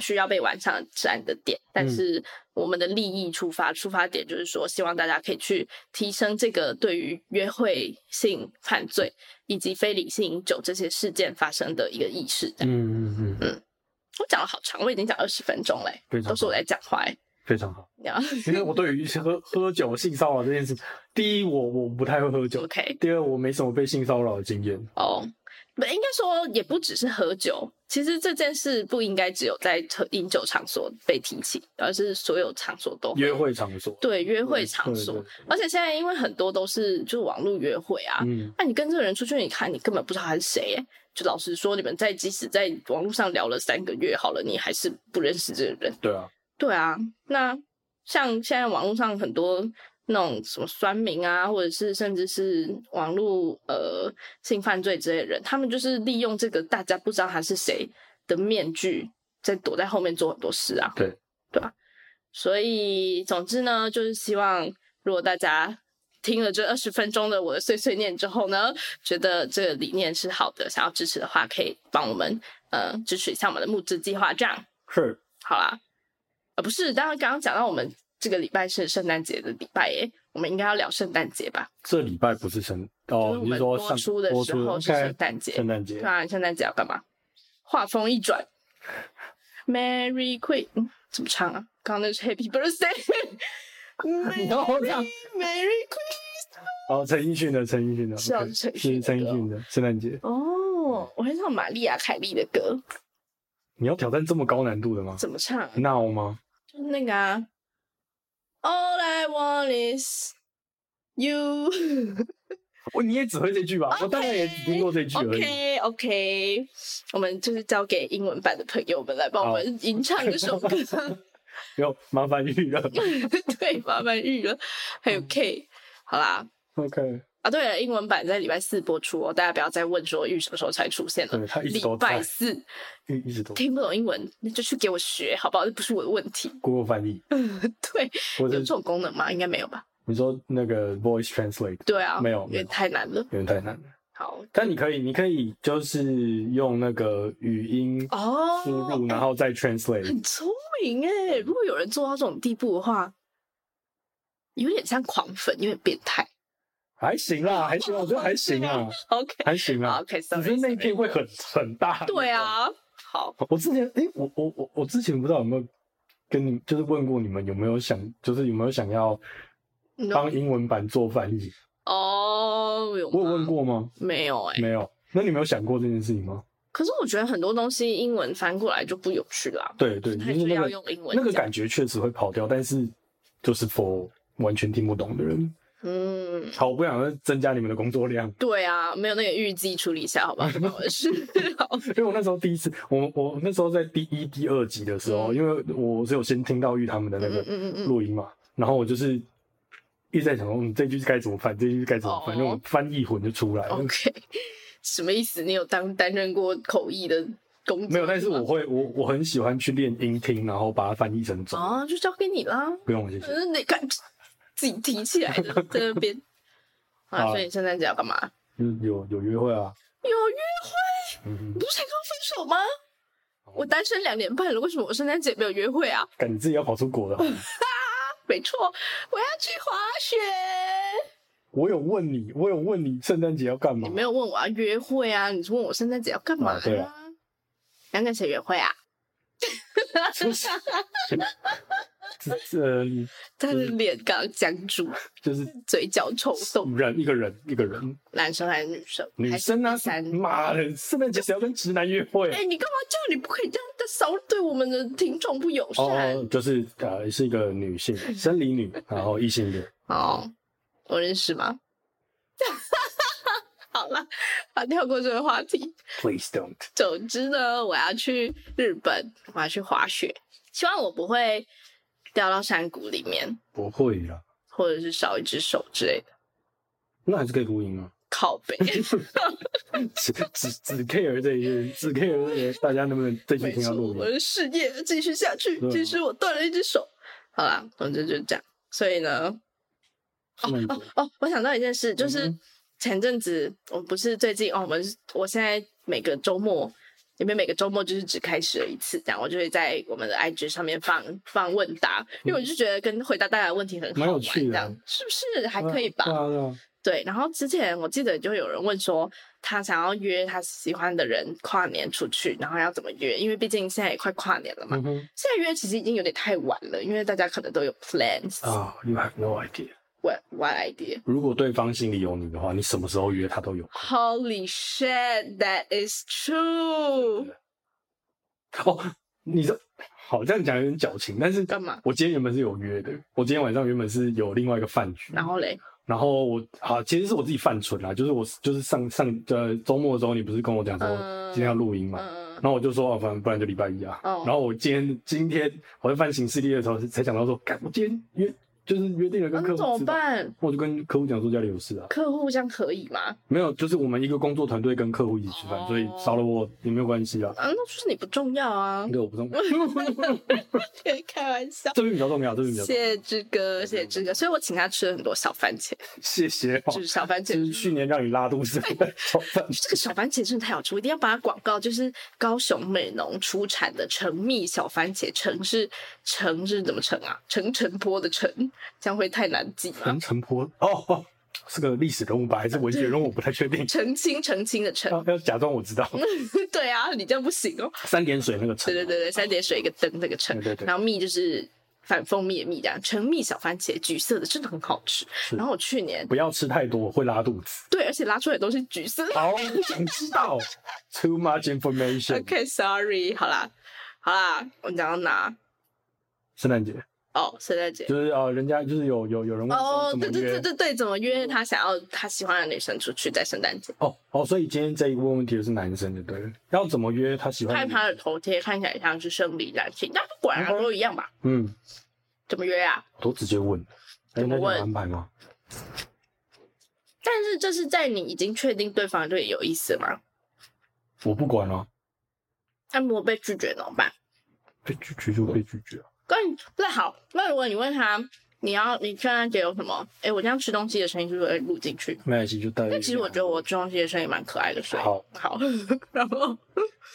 [SPEAKER 1] 需要被完善善的点，
[SPEAKER 2] 嗯
[SPEAKER 1] 但是我们的利益出发，出发点就是说，希望大家可以去提升这个对于约会性犯罪以及非理性饮酒这些事件发生的一个意识。这样
[SPEAKER 2] 嗯嗯嗯，
[SPEAKER 1] 我讲了好长，我已经讲二十分钟嘞，
[SPEAKER 2] 非常
[SPEAKER 1] 都是我
[SPEAKER 2] 好
[SPEAKER 1] 在讲话欸。
[SPEAKER 2] 非常好。
[SPEAKER 1] 然后
[SPEAKER 2] 因为我对于喝 喝酒性骚扰这件事，第一我我不太会喝 酒，
[SPEAKER 1] OK，
[SPEAKER 2] 第二我没什么被性骚扰的经验。
[SPEAKER 1] 哦，不，应该说也不只是喝酒。其实这件事不应该只有在特饮酒场所被提起，而是所有场所都
[SPEAKER 2] 约会场所，
[SPEAKER 1] 对约会
[SPEAKER 2] 对
[SPEAKER 1] 场所。，
[SPEAKER 2] 对对
[SPEAKER 1] 而且现在因为很多都是就是网络约会啊，
[SPEAKER 2] 嗯
[SPEAKER 1] 那、你跟这个人出去，你看你根本不知道他是谁、欸。就老实说，你们在即使在网络上聊了三个月好了，你还是不认识这个人。
[SPEAKER 2] 对啊，
[SPEAKER 1] 对啊，那像现在网络上很多那种什么酸民啊，或者是甚至是网络呃性犯罪之类的人，他们就是利用这个大家不知道他是谁的面具，在躲在后面做很多事啊。
[SPEAKER 2] 对，
[SPEAKER 1] 对啊。所以总之呢，就是希望如果大家。听了这二十分钟的我的碎碎念之后呢，觉得这个理念是好的，想要支持的话，可以帮我们呃支持一下我们的募资计划，这样
[SPEAKER 2] 是
[SPEAKER 1] 好啦，呃，不是，当然刚刚讲到我们这个礼拜是圣诞节的礼拜耶，我们应该要聊圣诞节吧？
[SPEAKER 2] 这礼拜不是圣哦，
[SPEAKER 1] 就是我
[SPEAKER 2] 你
[SPEAKER 1] 们
[SPEAKER 2] 是说
[SPEAKER 1] 播
[SPEAKER 2] 上
[SPEAKER 1] 出的
[SPEAKER 2] 播
[SPEAKER 1] 时
[SPEAKER 2] 出
[SPEAKER 1] 候是
[SPEAKER 2] OK，
[SPEAKER 1] 圣诞节
[SPEAKER 2] 圣诞节
[SPEAKER 1] 对啊，你圣诞节要干嘛？话锋一转，Merry Queen，嗯，怎么唱啊？刚刚那是 Happy Birthday。
[SPEAKER 2] 你要我唱
[SPEAKER 1] Merry Merry Queen
[SPEAKER 2] 哦，陈奕迅的，陈奕迅的，
[SPEAKER 1] 是啊
[SPEAKER 2] OK，
[SPEAKER 1] 是陈奕
[SPEAKER 2] 是
[SPEAKER 1] 迅的歌
[SPEAKER 2] 陈奕
[SPEAKER 1] 哦
[SPEAKER 2] 迅的圣诞节。
[SPEAKER 1] 哦，我很唱玛丽亚凯莉的歌，
[SPEAKER 2] 你要挑战这么高难度的吗
[SPEAKER 1] 怎么唱啊？
[SPEAKER 2] ？Now 吗？
[SPEAKER 1] 就是那个啊，All I want is you 。
[SPEAKER 2] 我你也只会这句吧？我大概也只听过这句而
[SPEAKER 1] OK
[SPEAKER 2] 已。
[SPEAKER 1] OK，我们就是交给英文版的朋友们来帮我们吟唱这 首歌，
[SPEAKER 2] 有麻烦玉了。嗯
[SPEAKER 1] 对，麻烦玉了，还有 K，好啦，
[SPEAKER 2] OK，
[SPEAKER 1] 啊，对了，英文版在礼拜四播出哦，大家不要再问说玉什么时候才出现了。
[SPEAKER 2] 对，他一直
[SPEAKER 1] 礼
[SPEAKER 2] 都在
[SPEAKER 1] 拜，四
[SPEAKER 2] 一一直都
[SPEAKER 1] 听不懂英文，那就去给我学好不好？这不是我的问题。
[SPEAKER 2] Google 翻译，
[SPEAKER 1] 对，
[SPEAKER 2] 或
[SPEAKER 1] 有
[SPEAKER 2] 者
[SPEAKER 1] 这种功能吗？应该没有吧？
[SPEAKER 2] 你说那个 Voice Translate
[SPEAKER 1] 对啊，
[SPEAKER 2] 没有
[SPEAKER 1] 因
[SPEAKER 2] 没
[SPEAKER 1] 为
[SPEAKER 2] 有
[SPEAKER 1] 太难了。
[SPEAKER 2] 有点太难了，
[SPEAKER 1] 好
[SPEAKER 2] 但你可以，你可以就是用那个语音
[SPEAKER 1] 哦，
[SPEAKER 2] 输入，然后再 translate。
[SPEAKER 1] 很聪明哎！如果有人做到这种地步的话，有点像狂粉，有点变态。
[SPEAKER 2] 还行啦，还行啦，我觉得还行啊，
[SPEAKER 1] 哦 OK，
[SPEAKER 2] 还行
[SPEAKER 1] 好
[SPEAKER 2] 啊。只
[SPEAKER 1] ，OK，sorry，
[SPEAKER 2] 是那片会很很大。
[SPEAKER 1] 对，啊，好，
[SPEAKER 2] 我之前诶，我我我我之前不知道有没有跟你就是问过你们有没有想，就是有没有想要
[SPEAKER 1] 你懂
[SPEAKER 2] 帮英文版做翻译？
[SPEAKER 1] 哦，有
[SPEAKER 2] 我有
[SPEAKER 1] 吗
[SPEAKER 2] 问过吗？
[SPEAKER 1] 没有哎、
[SPEAKER 2] 没有。那你没有想过这件事情吗？
[SPEAKER 1] 可是我觉得很多东西英文翻过来就不有趣啦，
[SPEAKER 2] 对对，就
[SPEAKER 1] 还
[SPEAKER 2] 是
[SPEAKER 1] 是
[SPEAKER 2] 那
[SPEAKER 1] 要
[SPEAKER 2] 个
[SPEAKER 1] 用英文
[SPEAKER 2] 那个
[SPEAKER 1] 讲
[SPEAKER 2] 感觉确实会跑掉，但是就是 for 完全听不懂的人。
[SPEAKER 1] 嗯，
[SPEAKER 2] 好，我不想增加你们的工作量。
[SPEAKER 1] 对啊，没有那个预计处理一下，好
[SPEAKER 2] 啊
[SPEAKER 1] 吧，不好意思好
[SPEAKER 2] 因为我那时候第一次，我我那时候在第一、第二集的时候，
[SPEAKER 1] 嗯
[SPEAKER 2] 因为我是有先听到玉他们 的那
[SPEAKER 1] 嗯
[SPEAKER 2] 个
[SPEAKER 1] 嗯嗯嗯，
[SPEAKER 2] 录音嘛，然后我就是一直在想说，嗯，这句该怎么翻，这句该怎么翻，
[SPEAKER 1] 哦
[SPEAKER 2] 那种翻译魂就出来了。
[SPEAKER 1] ，OK，什么意思？你有当担任过口译的工作吗？
[SPEAKER 2] 没有，但是我会，我我很喜欢去练音听，然后把它翻译成中文。
[SPEAKER 1] 啊，就交给你啦，
[SPEAKER 2] 不用，谢谢。
[SPEAKER 1] 嗯，你看自己提起来的，在那边啊，
[SPEAKER 2] 好
[SPEAKER 1] 所以你圣诞节要干嘛？
[SPEAKER 2] 就是嗯有有约会啊，
[SPEAKER 1] 有约会，
[SPEAKER 2] 嗯
[SPEAKER 1] 你，不是才刚分手吗？我单身两年半了，为什么我圣诞节没有约会啊？
[SPEAKER 2] 感你自己要跑出 国了。
[SPEAKER 1] 没错，我要去滑雪。
[SPEAKER 2] 我有问你，我有问你圣诞节要干嘛
[SPEAKER 1] 你？没有问我要约会啊，你是问我圣诞节要干嘛、
[SPEAKER 2] 嗯啊对啊
[SPEAKER 1] 你要跟谁约会啊？
[SPEAKER 2] 这这
[SPEAKER 1] 他的脸刚僵住，
[SPEAKER 2] 嗯就是
[SPEAKER 1] 嘴角抽动。
[SPEAKER 2] 人一个人一个人，
[SPEAKER 1] 男生还是女生？
[SPEAKER 2] 嗯女生啊
[SPEAKER 1] 还是第，三。
[SPEAKER 2] 妈的，圣诞节谁要跟直男约会啊
[SPEAKER 1] 哎、？你干嘛这样？你不可以这样的骚，对我们的听众不啊友善。
[SPEAKER 2] 哦，就是呃，是一个 女性，生理女，然后异性恋。
[SPEAKER 1] 哦，我认识吗？ 好了，啊，跳过这个话题。
[SPEAKER 2] Please don't。
[SPEAKER 1] 总之呢，我要去日本，我要去滑雪，希望我不会掉到山谷里面，
[SPEAKER 2] 不会啦，
[SPEAKER 1] 或者是少一只手之类的。
[SPEAKER 2] 那还是可以录音啊。
[SPEAKER 1] 靠 背，
[SPEAKER 2] 只只只 care 这一些，只 care 这些，大家能不能这
[SPEAKER 1] 没
[SPEAKER 2] 期听
[SPEAKER 1] 错，
[SPEAKER 2] 到录
[SPEAKER 1] 我
[SPEAKER 2] 音？
[SPEAKER 1] 的事业继续下去
[SPEAKER 2] 对。啊
[SPEAKER 1] 即使我断了一只手，好啦，总之就是这样。所以呢，
[SPEAKER 2] 圣诞节
[SPEAKER 1] 哦哦，我想到一件事，就是
[SPEAKER 2] 嗯
[SPEAKER 1] 前阵子我不是最近哦，我们是我现在每个周末，因为每个周末就是只开始了一次，这样我就会在我们的 IG 上面放放问答，因为我就觉得跟回答大家的问题很好
[SPEAKER 2] 嗯蛮有
[SPEAKER 1] 玩，
[SPEAKER 2] 趣的啊
[SPEAKER 1] 这样是不是还可以吧？
[SPEAKER 2] 对啊对啊，
[SPEAKER 1] 对，然后之前我记得就有人问说，他想要约他喜欢的人跨年出去，然后要怎么约？因为毕竟现在也快跨年了嘛，
[SPEAKER 2] 嗯哼，
[SPEAKER 1] 现在约其实已经有点太晚了，因为大家可能都有 plans。
[SPEAKER 2] 啊，You have no idea。
[SPEAKER 1] What what idea？
[SPEAKER 2] 如果对方心里有你的话，你什么时候约他都有。
[SPEAKER 1] Holy shit, that is true！
[SPEAKER 2] 哦，你这好这样讲有点矫情，但是
[SPEAKER 1] 干嘛？
[SPEAKER 2] 我今天原本是有约的，我今天晚上原本是有另外一个饭局，
[SPEAKER 1] 然后嘞，
[SPEAKER 2] 然后我啊，其实是我自己犯蠢啦，就是我就是上上呃周末的时候，你不是跟我讲说
[SPEAKER 1] 嗯
[SPEAKER 2] 今天要录音嘛，
[SPEAKER 1] 嗯
[SPEAKER 2] 然，后我就说哦，反正不然就礼拜一啊。
[SPEAKER 1] 哦
[SPEAKER 2] 然后我今天今天我在犯行事例的时候，才想到说，干，我今天约就是约定了
[SPEAKER 1] 那
[SPEAKER 2] 跟客
[SPEAKER 1] 怎
[SPEAKER 2] 户
[SPEAKER 1] 么
[SPEAKER 2] 吃饭，
[SPEAKER 1] 办？
[SPEAKER 2] 我就跟客户讲说家里有事啊，
[SPEAKER 1] 客户这样可以吗？
[SPEAKER 2] 没有，就是我们一个工作团队跟客户一起吃饭，
[SPEAKER 1] 哦
[SPEAKER 2] 所以少了我也没有关系啊。
[SPEAKER 1] 啊，那就是你不重要啊！
[SPEAKER 2] 对，我 不重，
[SPEAKER 1] 开玩笑。
[SPEAKER 2] 这边比较重嗯要，这边比较
[SPEAKER 1] 谢
[SPEAKER 2] 重要。
[SPEAKER 1] 谢志哥，谢谢志哥，所以我请他吃了很多小番茄，
[SPEAKER 2] 谢谢哦
[SPEAKER 1] 就，是小番
[SPEAKER 2] 就
[SPEAKER 1] 茄，
[SPEAKER 2] 是去年让你拉肚子的炒饭，
[SPEAKER 1] 这个小番茄真的太好吃，我一定要把它广告，就是高雄美浓出产的橙蜜小番茄，橙是橙是怎么橙啊？橙橙坡的橙，这样会太难记吗，
[SPEAKER 2] 陈？陈 坡哦哦，是个历史人物吧，还是文学人物？我不太确 定
[SPEAKER 1] 澄清澄清的澄，
[SPEAKER 2] 要要假装我知道，
[SPEAKER 1] 对啊，你这样不行哦。
[SPEAKER 2] 三点水那个啊陈，
[SPEAKER 1] 对对对对，三点水一个灯那个橙，
[SPEAKER 2] 对对对
[SPEAKER 1] 然后蜜就是反蜂蜜的蜜这样，橙蜜小番茄，橘色的真的很好吃。
[SPEAKER 2] 是
[SPEAKER 1] 然后我去年
[SPEAKER 2] 不要吃太多，会拉肚 子。
[SPEAKER 1] 对，而且拉出来的都是橘色。
[SPEAKER 2] 好，不想知道。Too much information。
[SPEAKER 1] OK，sorry，、好啦，好啦，我们讲到哪？
[SPEAKER 2] 圣诞节
[SPEAKER 1] 哦，圣诞节。
[SPEAKER 2] 就是呃，人家就是有有有人问说
[SPEAKER 1] 哦，
[SPEAKER 2] 怎么
[SPEAKER 1] 对对对
[SPEAKER 2] 约
[SPEAKER 1] 对对，怎么约他想要他喜欢的女生出去在圣诞节？
[SPEAKER 2] 哦哦，所以今天这一个问问题的是男生就对了，要怎么约他喜欢的
[SPEAKER 1] 看
[SPEAKER 2] 女？
[SPEAKER 1] 他的头贴，看起来像是生理男性，那不管啊，
[SPEAKER 2] 嗯哼
[SPEAKER 1] 都一样吧？
[SPEAKER 2] 嗯，
[SPEAKER 1] 怎么约啊？
[SPEAKER 2] 我都直接问，哎
[SPEAKER 1] 怎么
[SPEAKER 2] 那你有
[SPEAKER 1] 问
[SPEAKER 2] 安排吗？
[SPEAKER 1] 但是是这是在你已经确定对方对你有意思吗？
[SPEAKER 2] 我不管哦，
[SPEAKER 1] 那如果被拒绝怎么办？
[SPEAKER 2] 被拒绝就被拒绝啊。
[SPEAKER 1] 关于那好，那如果你问他你要你圣诞节有什么？哎、我这样吃东西的声音是不是会录进去？
[SPEAKER 2] 没关系，就带。
[SPEAKER 1] 但其实我觉得我吃东西的声音蛮可爱的，所以
[SPEAKER 2] 好，
[SPEAKER 1] 好， 然后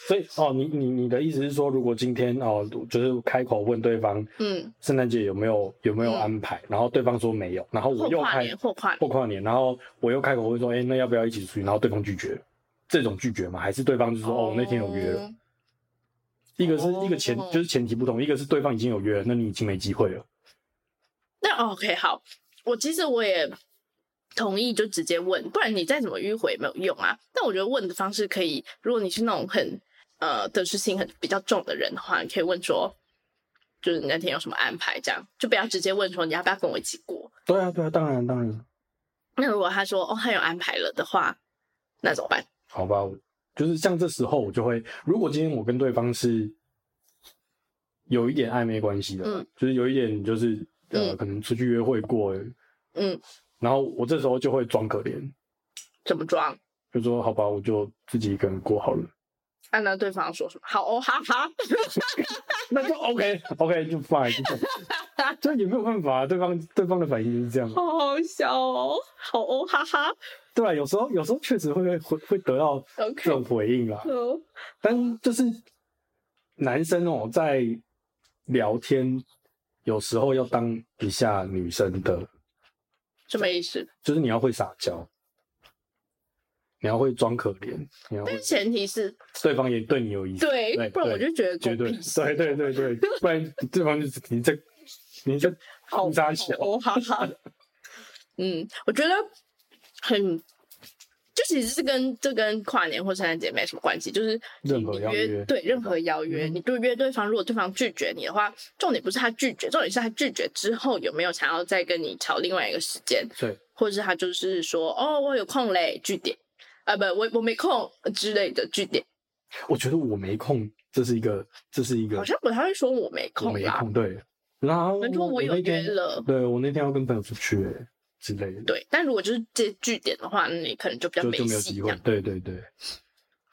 [SPEAKER 2] 所以哦，你你你的意思是说，如果今天哦，就是开口问对方
[SPEAKER 1] 嗯，
[SPEAKER 2] 圣诞节有没有有没有
[SPEAKER 1] 嗯
[SPEAKER 2] 安排，然后对方说没有，然后我
[SPEAKER 1] 或
[SPEAKER 2] 又
[SPEAKER 1] 跨
[SPEAKER 2] 开
[SPEAKER 1] 年或跨年，
[SPEAKER 2] 或跨年，然后我又开口问说，哎、那要不要一起出去？然后对方拒绝，这种拒绝嘛，还是对方就说哦，我那天有约了。
[SPEAKER 1] 哦，
[SPEAKER 2] 一个是
[SPEAKER 1] 哦
[SPEAKER 2] 一个前就是前提不同，一个是对方已经有约了，那你已经没机会了。
[SPEAKER 1] 那哦 OK 好，我其实我也同意，就直接问，不然你再怎么迂回也没有用啊。但我觉得问的方式可以，如果你是那种很呃得失心很比较重的人的话，你可以问说，就是你那天有什么安排，这样就不要直接问说你要不要跟我一起过。
[SPEAKER 2] 对啊，对啊，当然当然，
[SPEAKER 1] 那如果他说哦他有安排了的话，那怎么办？
[SPEAKER 2] 好吧，我就是像这时候我就会，如果今天我跟对方是有一点暧昧关系的，
[SPEAKER 1] 嗯
[SPEAKER 2] 就是有一点就是呃，
[SPEAKER 1] 嗯
[SPEAKER 2] 可能出去约会过，
[SPEAKER 1] 嗯，
[SPEAKER 2] 然后我这时候就会装可怜，
[SPEAKER 1] 怎么装？
[SPEAKER 2] 就说好吧，我就自己一个人过好了，
[SPEAKER 1] 按照对方说什么？好哦，哈哈，
[SPEAKER 2] 那就 OK OK 就 fine，就这样 这也没有办法、啊，对方对方的反应就是这样。
[SPEAKER 1] 好好笑哦，好哦，哈哈。
[SPEAKER 2] 对啊，有时候有时候确实会会会得到这
[SPEAKER 1] OK，
[SPEAKER 2] 种回应啦，
[SPEAKER 1] 嗯
[SPEAKER 2] 但就是男生哦，在聊天有时候要当一下女生的，
[SPEAKER 1] 什么意思？
[SPEAKER 2] 就是你要会撒娇，你要会装可怜，你要会
[SPEAKER 1] 但前提是
[SPEAKER 2] 对方也对你有意思，
[SPEAKER 1] 对
[SPEAKER 2] 对，
[SPEAKER 1] 不然我
[SPEAKER 2] 对
[SPEAKER 1] 就觉得
[SPEAKER 2] 绝
[SPEAKER 1] 狗
[SPEAKER 2] 对
[SPEAKER 1] 屁事
[SPEAKER 2] 对对对对，不然对方就是你这你这
[SPEAKER 1] 好
[SPEAKER 2] 不扎小，
[SPEAKER 1] 哦， 哈哈。嗯，我觉得很，就其实是跟这跟跨年或圣诞节没什么关系，就是你
[SPEAKER 2] 任何
[SPEAKER 1] 你
[SPEAKER 2] 邀约嗯
[SPEAKER 1] 对任何邀约，你就约对方，如果对方拒绝你的话，重点不是他拒绝，重点是他拒绝之后有没有想要再跟你吵另外一个时间，
[SPEAKER 2] 对，
[SPEAKER 1] 或者是他就是说哦我有空嘞，据点啊不我我没空之类的据点，
[SPEAKER 2] 我觉得我没空，这是一个这是一个
[SPEAKER 1] 好像不太会说我没
[SPEAKER 2] 我
[SPEAKER 1] 空
[SPEAKER 2] 没
[SPEAKER 1] 啦，
[SPEAKER 2] 空，对，然后
[SPEAKER 1] 能说我有
[SPEAKER 2] 那
[SPEAKER 1] 约
[SPEAKER 2] 天
[SPEAKER 1] 了。
[SPEAKER 2] 对我那天要跟朋友出去欸之类的，
[SPEAKER 1] 对，但如果就是这据点的话，那你可能就比较
[SPEAKER 2] 就就没有
[SPEAKER 1] 戏
[SPEAKER 2] 机
[SPEAKER 1] 这
[SPEAKER 2] 会
[SPEAKER 1] 样。。
[SPEAKER 2] 对对对，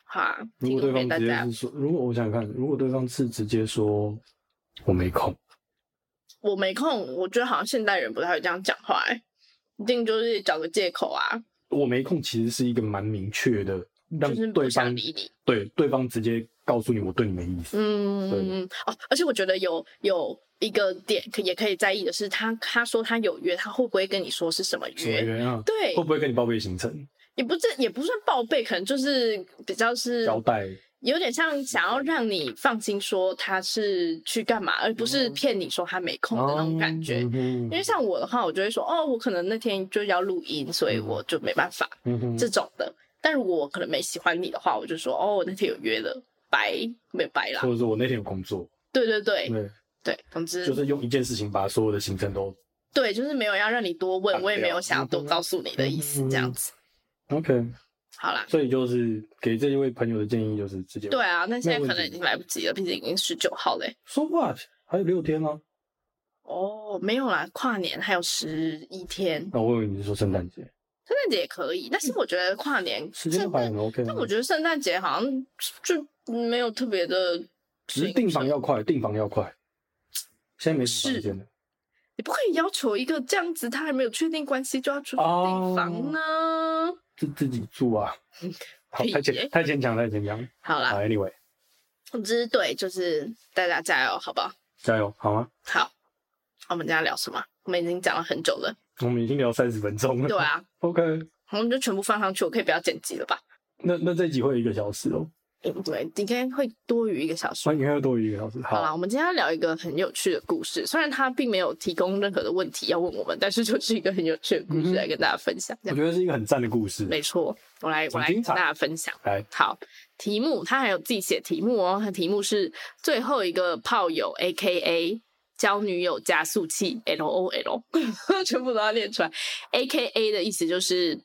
[SPEAKER 1] 哈，
[SPEAKER 2] 如
[SPEAKER 1] 听
[SPEAKER 2] 果对
[SPEAKER 1] 众朋友
[SPEAKER 2] 方
[SPEAKER 1] 大
[SPEAKER 2] 直接
[SPEAKER 1] 家
[SPEAKER 2] 是，说，如果我想想看，如果对方是直接说我没空，
[SPEAKER 1] 我没空，我觉得好像现代人不太会这样讲话、欸，一定就是找个借口啊，
[SPEAKER 2] 我没空，其实是一个蛮明确的，
[SPEAKER 1] 嗯
[SPEAKER 2] 让
[SPEAKER 1] 就是不
[SPEAKER 2] 对
[SPEAKER 1] 想
[SPEAKER 2] 方
[SPEAKER 1] 理你。
[SPEAKER 2] 对对方直接告诉你我对你没意思。
[SPEAKER 1] 嗯，哦，而且我觉得有有一个点可也可以在意的是，他他说他有约，他会不会跟你说是什么
[SPEAKER 2] 什么
[SPEAKER 1] 约？
[SPEAKER 2] 原啊？
[SPEAKER 1] 对
[SPEAKER 2] 会，不会跟你报备行程
[SPEAKER 1] 也不是也不算报备，可能就是比较是
[SPEAKER 2] 交代？
[SPEAKER 1] 有点像想要让你放心，说他是去干嘛，而不是骗你说他没空的那种感觉。
[SPEAKER 2] 哦嗯
[SPEAKER 1] 因为像我的话，我就会说，哦，我可能那天就要录音，所以我就没办法、
[SPEAKER 2] 哼嗯哼
[SPEAKER 1] 这种的。但如果我可能没喜欢你的话，我就说，哦，我那天有约了，拜，没有拜啦
[SPEAKER 2] 或。者说我那天有工作，
[SPEAKER 1] 对对对
[SPEAKER 2] 对，
[SPEAKER 1] 对，总之、
[SPEAKER 2] 就是用一件事情把所有的行程都
[SPEAKER 1] 对，就是没有要让你多问，
[SPEAKER 2] 挡
[SPEAKER 1] 我也没有
[SPEAKER 2] 掉
[SPEAKER 1] 想要多告诉你的意思，
[SPEAKER 2] 嗯
[SPEAKER 1] 这样子。
[SPEAKER 2] OK。
[SPEAKER 1] 好啦，
[SPEAKER 2] 所以就是给这一位朋友的建议就是直接
[SPEAKER 1] 对啊，但现在
[SPEAKER 2] 没有问
[SPEAKER 1] 可
[SPEAKER 2] 题
[SPEAKER 1] 能已经来不及了，毕竟已经十九号嘞。
[SPEAKER 2] So what？还有六天啊呢、
[SPEAKER 1] 哦，没有啦，跨年还有十一天，
[SPEAKER 2] 那我以为你是说圣诞节，
[SPEAKER 1] 圣诞节也可以，但是我觉得跨年
[SPEAKER 2] 时间安
[SPEAKER 1] 圣
[SPEAKER 2] 排
[SPEAKER 1] 诞，
[SPEAKER 2] 很 OK 啊。
[SPEAKER 1] 但我觉得圣诞节好像就没有特别的
[SPEAKER 2] 只是订房要快，订房要快。现在没什
[SPEAKER 1] 是
[SPEAKER 2] 么房间了。
[SPEAKER 1] 你不可以要求一个这样子，他还没有确定关系就要出去订
[SPEAKER 2] 哦
[SPEAKER 1] 房呢。
[SPEAKER 2] 自自己住啊。好，
[SPEAKER 1] 屁嗯耶
[SPEAKER 2] 太
[SPEAKER 1] 啊
[SPEAKER 2] 牵太牵强，太牵强。
[SPEAKER 1] 好啦
[SPEAKER 2] 好，，Anyway，
[SPEAKER 1] 总之对，就是大家加油，好不好？
[SPEAKER 2] 加油，好吗？
[SPEAKER 1] 好，我们今天要聊什么？我们已经讲了很久了，
[SPEAKER 2] 我们已经聊三十分钟了。
[SPEAKER 1] 对啊，
[SPEAKER 2] OK，
[SPEAKER 1] 我们就全部放上去，我可以不要剪辑了吧？
[SPEAKER 2] 那那这一集会有一个小时哦，
[SPEAKER 1] 嗯，对，应该会多余一个小时
[SPEAKER 2] 所。以应该会多于一个小时。
[SPEAKER 1] 好啦，
[SPEAKER 2] 好，
[SPEAKER 1] 我们今天要聊一个很有趣的故事，虽然他并没有提供任何的问题要问我们，但是就是一个很有趣的故
[SPEAKER 2] 嗯
[SPEAKER 1] 事
[SPEAKER 2] 哼
[SPEAKER 1] 来跟大家分享。这
[SPEAKER 2] 我
[SPEAKER 1] 样
[SPEAKER 2] 觉得是一个很赞的故事。
[SPEAKER 1] 没错，我来我来
[SPEAKER 2] 很
[SPEAKER 1] 跟
[SPEAKER 2] 精彩
[SPEAKER 1] 大家分享。
[SPEAKER 2] 来，
[SPEAKER 1] 好，题目他还有自己写题目哦，他题目是最后一个炮友 A K A 交女友加速器 L O L，全 部都要念出来。A K A 的意思就是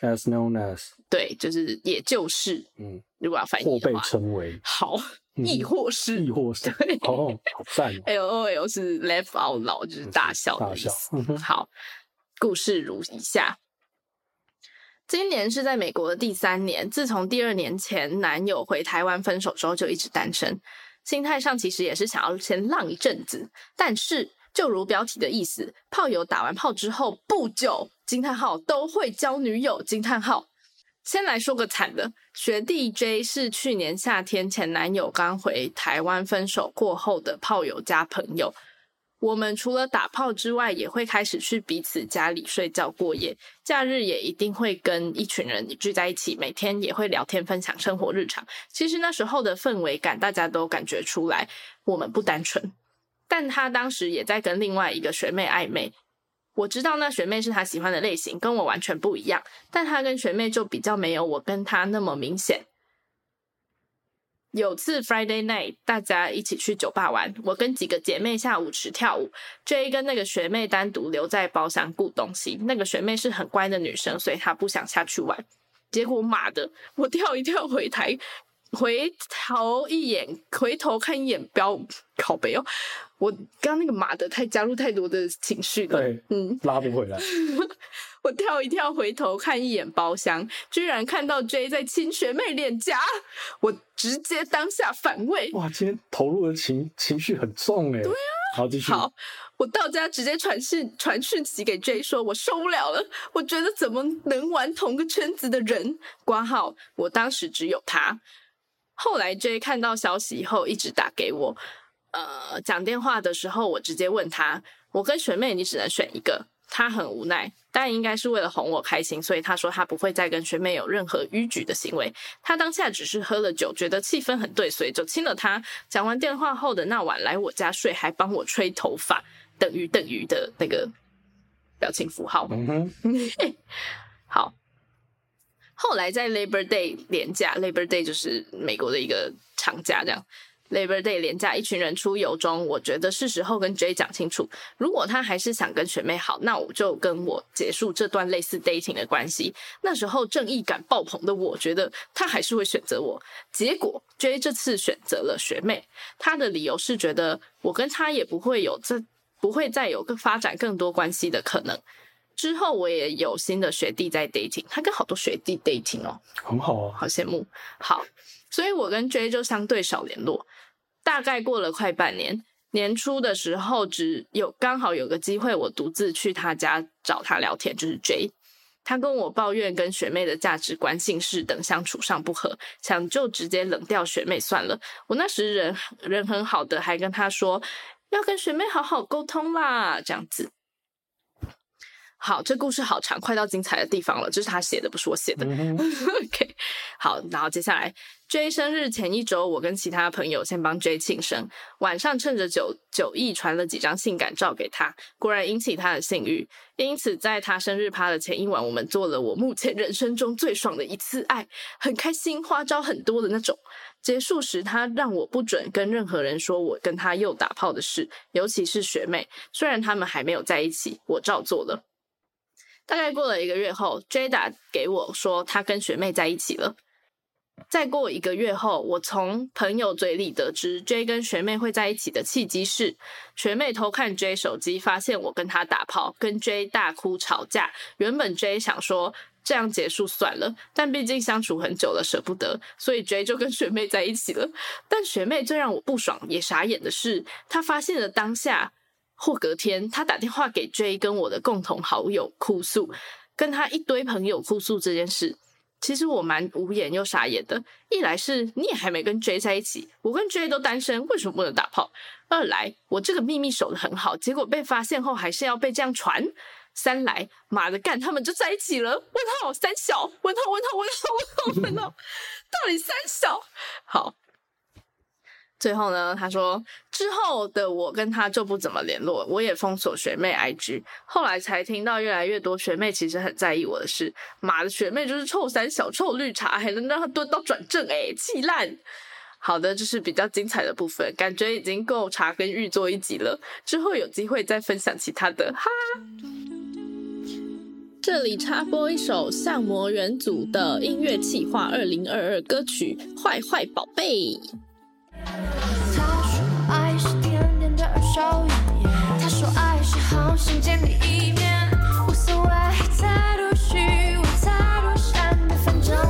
[SPEAKER 2] ，as known as，
[SPEAKER 1] 对，就是也就是，
[SPEAKER 2] 嗯，
[SPEAKER 1] 如果要翻
[SPEAKER 2] 或
[SPEAKER 1] 译
[SPEAKER 2] 被
[SPEAKER 1] 的话，
[SPEAKER 2] 称为
[SPEAKER 1] 好，
[SPEAKER 2] 嗯
[SPEAKER 1] 亦或是
[SPEAKER 2] 亦或是
[SPEAKER 1] 对
[SPEAKER 2] 哦，好赞哦，
[SPEAKER 1] L O L 是 laugh out loud，就是大笑的嗯
[SPEAKER 2] 大
[SPEAKER 1] 意
[SPEAKER 2] 笑
[SPEAKER 1] 思。。
[SPEAKER 2] 嗯哼
[SPEAKER 1] 好，故事如以下：今年是在美国的第三年，自从第二年前男友回台湾分手之后，就一直单身。心态上其实也是想要先浪一阵子，但是就如标题的意思，炮友打完炮之后不久，惊叹号都会交女友，惊叹号。先来说个惨的，学弟 J 是去年夏天前男友刚回台湾分手过后的炮友加朋友。我们除了打炮之外，也会开始去彼此家里睡觉过夜，假日也一定会跟一群人聚在一起，每天也会聊天分享生活日常。其实那时候的氛围感，大家都感觉出来，我们不单纯。但他当时也在跟另外一个学妹暧昧，我知道那学妹是他喜欢的类型，跟我完全不一样，但他跟学妹就比较没有我跟他那么明显。有次 Friday night，大家一起去酒吧玩，我跟几个姐妹下舞池跳舞，J 跟那个学妹单独留在包厢顾东西。那个学妹是很乖的女生，所以她不想下去玩。结果妈的，我跳一跳回台，回头一眼，回头看一眼标 靠北哦，我刚刚那个妈的太加入太多的情绪了，
[SPEAKER 2] 对
[SPEAKER 1] 嗯，
[SPEAKER 2] 拉不回 来，
[SPEAKER 1] 我跳一跳，回头看一眼包厢，居然看到 J 在亲学妹脸颊，我直接当下反胃。
[SPEAKER 2] 哇，今天投入的情情绪很重哎，对啊，好继续，
[SPEAKER 1] 好，我到家直接传讯传讯息给 J 说，我受不了了，我觉得怎么能玩同个圈子的人？挂号，我当时只有他。后来 J 看到消息后，一直打给我。呃，讲电话的时候，我直接问他，我跟学妹你只能选一个。他很无奈，但应该是为了哄我开心，所以他说他不会再跟学妹有任何逾矩的行为。他当下只是喝了酒，觉得气氛很对，所以就亲了她。讲完电话后的那晚来我家睡，还帮我吹头发，等于等于的那个表情符号。
[SPEAKER 2] 嗯哼，
[SPEAKER 1] 好，后来在 Labor Day 连假，Labor Day 就是美国的一个长假，这样。Labor Day 连假，一群人出游中，我觉得是时候跟 J 讲清楚，如果他还是想跟学妹好，那我就跟我结束这段类似 dating 的关系。那时候正义感爆棚的我，觉得他还是会选择我。结果 J 这次选择了学妹，他的理由是觉得我跟他也不会有这不会再有更发展更多关系的可能。之后我也有新的学弟在 dating，他跟好多学弟 dating 哦，
[SPEAKER 2] 很好啊，
[SPEAKER 1] 好羡慕。好，所以我跟 J 就相对少联络，大概过了快半年。年初的时候，只有刚好有个机会，我独自去他家找他聊天，就是 J。他跟我抱怨跟学妹的价值观、姓氏等相处上不合，想就直接冷掉学妹算了。我那时人人很好的，还跟他说要跟学妹好好沟通啦，这样子。好，这故事好长，快到精彩的地方了。这是他写的，不是我写的。
[SPEAKER 2] 嗯哼，
[SPEAKER 1] OK，好，然后接下来 J 生日前一周，我跟其他朋友先帮 J 庆生，晚上趁着酒酒意传了几张性感照给他，果然引起他的性欲。因此，在他生日趴的前一晚，我们做了我目前人生中最爽的一次爱，很开心，花招很多的那种。结束时，他让我不准跟任何人说我跟他又打炮的事，尤其是学妹。虽然他们还没有在一起，我照做了。大概过了一个月后，J 打给我说他跟学妹在一起了。再过一个月后，我从朋友嘴里得知 J 跟学妹会在一起的契机是，学妹偷看 J 手机，发现我跟他打炮，跟 J 大哭吵架。原本 J 想说这样结束算了，但毕竟相处很久了，舍不得，所以 J 就跟学妹在一起了。但学妹最让我不爽也傻眼的是，她发现了当下或隔天，她打电话给 J 跟我的共同好友哭诉，跟她一堆朋友哭诉这件事。其实我蛮无言又傻眼的，一来是你也还没跟 J 在一起，我跟 J 都单身，为什么不能打炮？二来我这个秘密守得很好，结果被发现后还是要被这样传。三来，妈的干，他们就在一起了？问号三小，问号问号问号问号问号， 到底三小？好，最后呢，他说之后的我跟他就不怎么联络，我也封锁学妹 IG。后来才听到越来越多学妹其实很在意我的事，妈的学妹就是臭三小、臭绿茶，还能让她蹲到转正、欸，哎，气烂。好的，这是比较精彩的部分，感觉已经够茶跟玉做一集了，之后有机会再分享其他的，哈。这里插播一首相魔元祖的音乐企划二零二二歌曲《坏坏宝贝》。
[SPEAKER 3] 他说爱是甜甜的二手烟，他说爱是好心见第一面，无所谓太多虚伪，太多现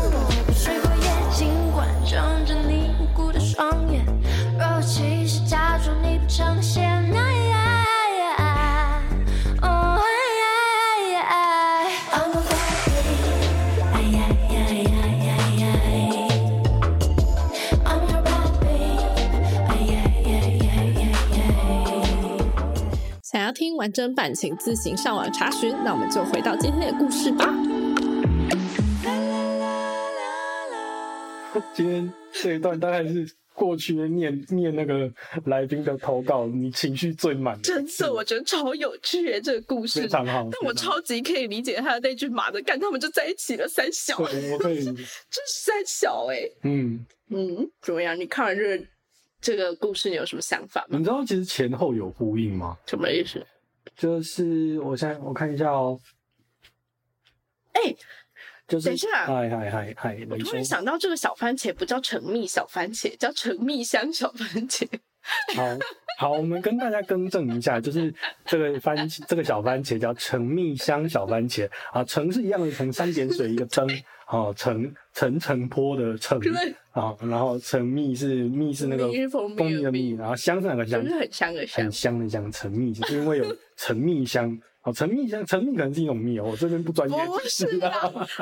[SPEAKER 4] 要听完整版，请自行上网查询。那我们就回到今天的故事吧。
[SPEAKER 2] 今天这一段大概是过去的念念那个来宾的投稿，你情绪最满的一次，
[SPEAKER 1] 真的，我觉得超有趣耶，这个故事
[SPEAKER 2] 非。常好。
[SPEAKER 1] 但我
[SPEAKER 2] 非常好
[SPEAKER 1] 超级可以理解他的那句“妈的，干他们就在一起了，三小，
[SPEAKER 2] 对，我 可以，
[SPEAKER 1] 这是三小哎、
[SPEAKER 2] 嗯，
[SPEAKER 1] 嗯，怎么样？你看完这个这个故事，你有什么想法吗？
[SPEAKER 2] 你知道其实前后有呼应吗？
[SPEAKER 1] 什么意思？
[SPEAKER 2] 就是我现在我看一下哦，
[SPEAKER 1] 哎
[SPEAKER 2] 就是
[SPEAKER 1] 等一下
[SPEAKER 2] 嗨嗨嗨嗨，
[SPEAKER 1] 我
[SPEAKER 2] 你
[SPEAKER 1] 突
[SPEAKER 2] 说
[SPEAKER 1] 然想到，这个小番茄不叫橙蜜小番茄，叫橙蜜香小番 茄。
[SPEAKER 2] 好好，我们跟大家更正一下，就是这个番茄这个小番茄叫橙蜜香小番茄啊，橙是一样的橙，三点水一个橙，哦，橙橙橙坡的橙
[SPEAKER 1] 对，
[SPEAKER 2] 啊，然后橙蜜是蜜是那个
[SPEAKER 1] 蜜是蜂蜜的
[SPEAKER 2] 蜂蜜的
[SPEAKER 1] 蜜
[SPEAKER 2] 蜜，然后香是哪个香？
[SPEAKER 1] 就是很香很香
[SPEAKER 2] 很香很香，橙蜜就是因为有橙蜜香。哦，橙蜜香，橙蜜可能是一种蜜哦，我这边不专业。
[SPEAKER 1] 不是 啦，